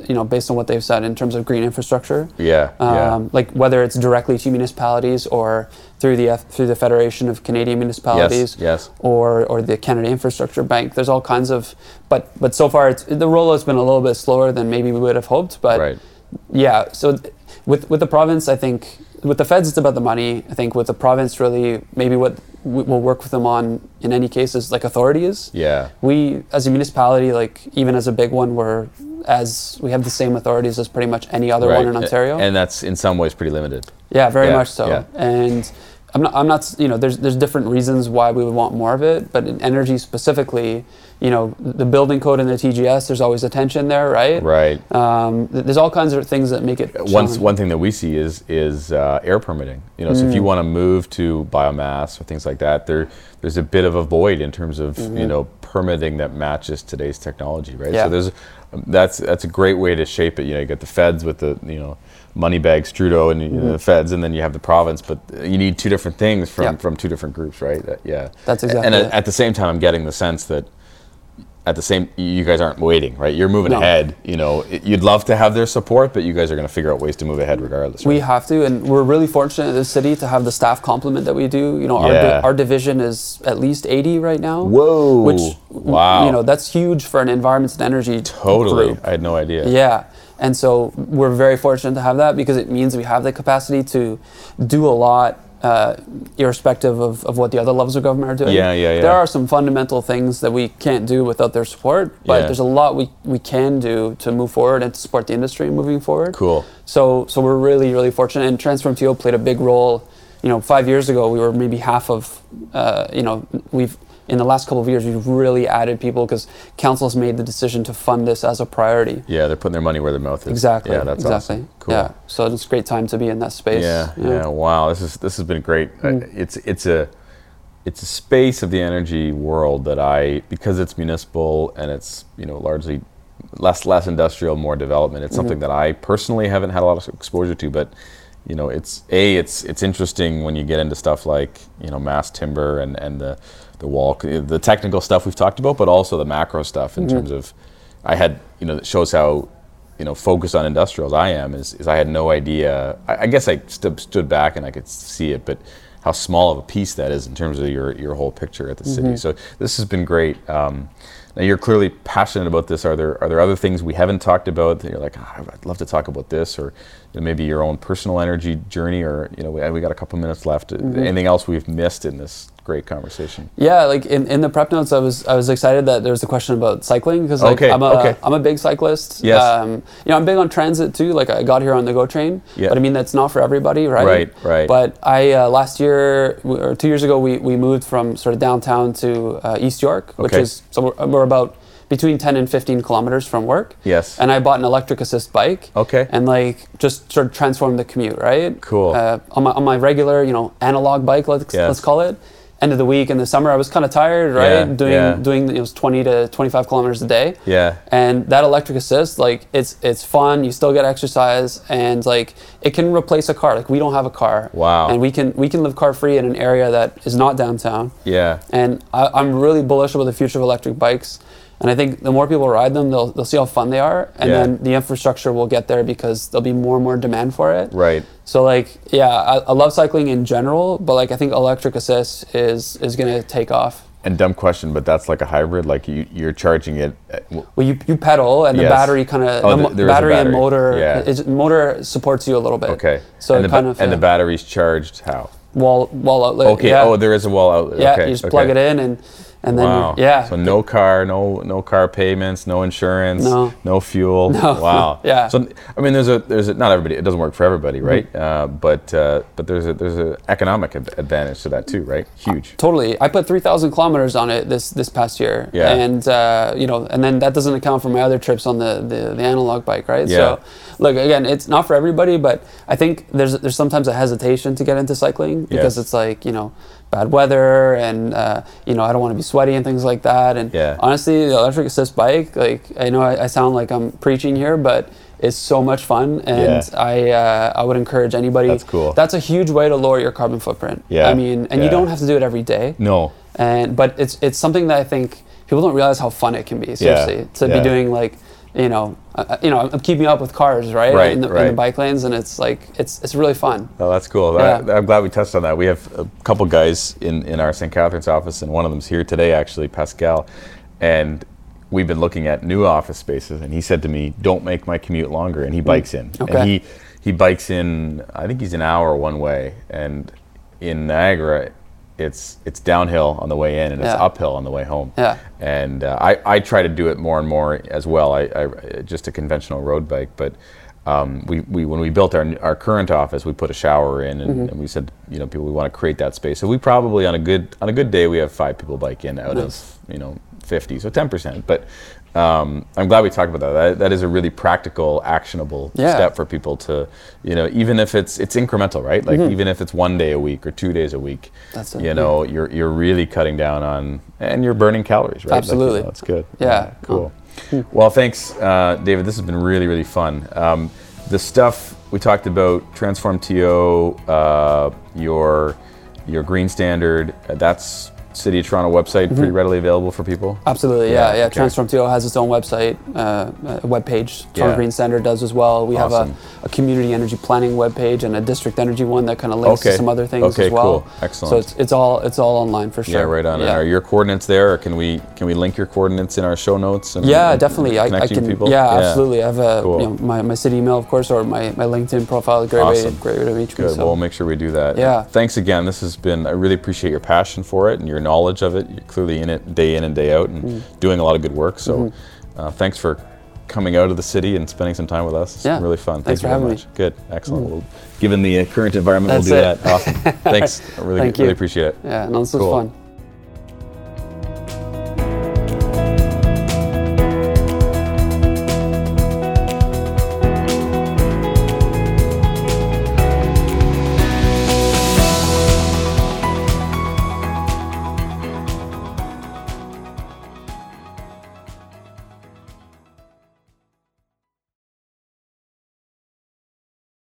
you know, based on what they've said in terms of green infrastructure
yeah. yeah.
um, like whether it's directly to municipalities or through the F- through the Federation of Canadian Municipalities,
yes.
or or the Canada Infrastructure Bank. There's all kinds of, but but so far it's, the rollout's been a little bit slower than maybe we would have hoped. But
Right.
yeah, so th- with with the province, I think with the feds it's about the money. I think with the province, really maybe what we, we'll work with them on in any case is like authorities
Yeah.
we as a municipality like even as a big one we're as we have the same authorities as pretty much any other one
Right.
in
A-
ontario
And that's in some ways pretty limited.
yeah very
yeah,
much so
yeah.
and I'm not, I'm not s- you know there's there's different reasons why we would want more of it but in energy specifically you know the building code and the tgs there's always a tension there right
Right.
um, th- there's all kinds of things that make it
one,
challenging.
one thing that we see is is uh, air permitting. You know, so if
Mm.
you want to move to biomass or things like that, there there's a bit of a void in terms of you know permitting that matches today's technology, right?
Mm-hmm. Yeah.
So there's um, that's that's a great way to shape it. You know, you got the feds with the you know money bag Trudeau and you know, the feds, and then you have the province, but uh, you need two different things from
Mm-hmm. Yeah.
from two different groups, right? That- yeah,
That's
A-
exactly
And
it.
at, at the same time, I'm getting the sense that at the same you guys aren't waiting right you're moving
No.
ahead you know It- you'd love to have their support but you guys are going to figure out ways to move ahead regardless
We
right?
have to, and we're really fortunate in this city to have the staff complement that we do. You know, our,
Yeah.
di- our division is at least 80 right now.
Whoa.
Which, w-
Wow.
you know, that's huge for an environments and energy
totally
group.
i had no idea
Yeah. And so we're very fortunate to have that because it means we have the capacity to do a lot, uh, irrespective of, of what the other levels of government are doing.
Yeah, yeah, yeah.
There are some fundamental things that we can't do without their support, but
Yeah.
there's a lot we, we can do to move forward and to support the industry moving forward.
Cool.
So, so we're really, really fortunate. And Transform TO played a big role. You know, five years ago, we were maybe half of, uh, you know, we've, in the last couple of years, we've really added people because council's made the decision to fund this as a priority.
Yeah, they're putting their money where their mouth is.
Exactly.
Yeah, that's
exactly.
awesome. Cool.
Yeah. So it's a great time to be in that space.
Yeah, yeah, Wow, this is this has been great. Uh, It's it's a it's a space of the energy world that I because it's municipal and it's you know largely less less industrial, more development. It's something that I personally haven't had a lot of exposure to, but you know it's a it's it's interesting when you get into stuff like you know mass timber and and the the wall c- the technical stuff we've talked about, but also the macro stuff in terms of I had you know it shows how you know focused on industrials I am is, is I had no idea. I, I guess I stu- stood back and I could see it, but how small of a piece that is in terms of your your whole picture at the city. So this has been great. Um, now you're clearly passionate about this. Are there are there other things we haven't talked about that you're like "Ah, I'd love to talk about this, or you know, maybe your own personal energy journey, or you know we, we got a couple minutes left. Anything else we've missed in this great conversation?
Yeah, like in, in the prep notes, I was I was excited that there was a question about cycling because like
Okay,
I'm a
okay.
am a big cyclist.
Yes.
Um, you know, I'm big on transit too. Like I got here on the GO train.
Yeah.
But I mean, that's not for everybody, right?
Right, right.
But I uh, last year w- or two years ago, we, we moved from sort of downtown to uh, East York, which
Okay.
is so we're, we're about between 10 and 15 kilometers from work.
Yes.
And I bought an electric assist bike.
Okay.
And like just sort of transformed the commute, right?
Cool.
Uh, on my on my regular, you know, analog bike, let's
Yes.
let's call it. End of the week in the summer, I was kind of tired, right?
Yeah,
doing
yeah.
doing it was 20 to 25 kilometers a day.
Yeah.
And that electric assist, like it's it's fun. You still get exercise, and like it can replace a car. Like we don't have a car.
Wow.
And we can we can live car free in an area that is not downtown.
Yeah.
And I, I'm really bullish about the future of electric bikes. And I think the more people ride them, they'll, they'll see how fun they are. And
Yeah.
then the infrastructure will get there because there'll be more and more demand for it.
Right.
So like, yeah, I, I love cycling in general, but like I think electric assist is, is going to take off.
And dumb question, but that's like a hybrid. Like you, you're charging it. uh, At, w-
Well, you, you pedal and the
Yes.
battery kind of
Oh,
the,
th-
mo-
there is a
battery, and
battery.
motor
Yeah.
is, motor supports you a little bit.
okay.
So
and
it
the,
kind
ba-
of
and the
yeah,
battery is charged how?
wall wall outlet.
Okay.
Yeah.
Oh, there is a wall outlet.
yeah.
okay.
You just
okay.
plug it in and and then
Wow.
you're- yeah.
So no car, no no car payments, no insurance,
No.
fuel.
No.
Wow.
Yeah. Mm-hmm.
So I mean, there's a there's a, not everybody. It doesn't work for everybody, right? Uh, but uh, but there's a there's an economic ad- advantage to that too, right? Huge.
Totally. I put 3,000 kilometers on it this this past year.
Yeah.
And, uh, you know, and then that doesn't account for my other trips on the, the, the analog bike, right?
Yeah.
So, look, again, it's not for everybody, but I think there's there's sometimes a hesitation to get into cycling because
Yes.
it's like, you know, bad weather and, uh, you know, I don't want to be sweaty and things like that. And
Yeah.
honestly, the electric assist bike, like, I know I, I sound like I'm preaching here, but it's so much fun. And
Yeah.
I, uh, I would encourage anybody.
That's cool.
That's a huge way to lower your carbon footprint.
Yeah.
I mean, and
Yeah.
you don't have to do it every day
No.
and but it's it's something that I think people don't realize how fun it can be. Seriously, to
yeah.
be doing like you know, uh, you know, I'm keeping up with cars, right?
Right,
in, the, in
right.
the bike lanes, and it's like it's it's really fun.
Oh, that's cool.
Yeah.
I, I'm glad we touched on that. We have a couple guys in, in our St. Catharines office, and one of them's here today, actually, Pascal. And we've been looking at new office spaces, and he said to me, "Don't make my commute longer." And he bikes in.
Mm. Okay.
And he he bikes in. I think he's an hour one way, and in Niagara, it's it's downhill on the way in, and it's
Yeah.
uphill on the way home.
Yeah.
And uh, I, I try to do it more and more as well. I, I just a conventional road bike, but um, we, we when we built our our current office, we put a shower in, and, and we said you know people we want to create that space. So we probably on a good on a good day we have five people bike in out of you know fifty, so ten percent. But um, I'm glad we talked about that. that. That is a really practical, actionable
Yeah.
step for people to you know even if it's it's incremental, right? Like even if it's one day a week or two days a week,
That's it,
you know you're you're really cutting down on and you're burning calories, right? Like, you
Absolutely.
know, it's good.
Yeah.
Cool. Well, thanks, uh, David. This has been really, really fun. Um, the stuff we talked about, Transform TO, uh, your your green standard. uh, That's City of Toronto website pretty readily available for people?
Mm-hmm. Absolutely, yeah,
Yeah,
yeah.
okay.
Transform2O has its own website, uh, a web page. Toronto
Yeah.
Green Standard does as well. We
Awesome.
have a, a community energy planning web page and a district energy one that kind of links
Okay.
to some other things
Okay,
as well.
cool. Excellent.
So it's, it's all it's all online for sure.
Yeah, right on. And
Yeah.
Are your coordinates there, or can we can we link your coordinates in our show notes? And,
Yeah,
and
definitely. I, I
connecting
can.
people?
Yeah, absolutely. I have a
Cool.
you know, my, my city email, of course, or my, my LinkedIn profile. is a Great
Awesome.
way, great way to reach me.
Good.
So.
Well, we'll make sure we do that.
Yeah.
Thanks again. This has been. I really appreciate your passion for it and your knowledge of it. You're clearly in it day in and day out and
Mm-hmm.
doing a lot of good work. So, uh, thanks for comoming out of the city and spending some time with us. It's
Yeah.
really fun. Thank
Thanks for
you very
having Mm-hmm.
much. Good. Excellent. Well, given the uh, current environment,
That's
we'll do
it.
that. Awesome. thanks. I really
Thank
really
you.
appreciate it.
yeah, no, this was
Cool.
fun.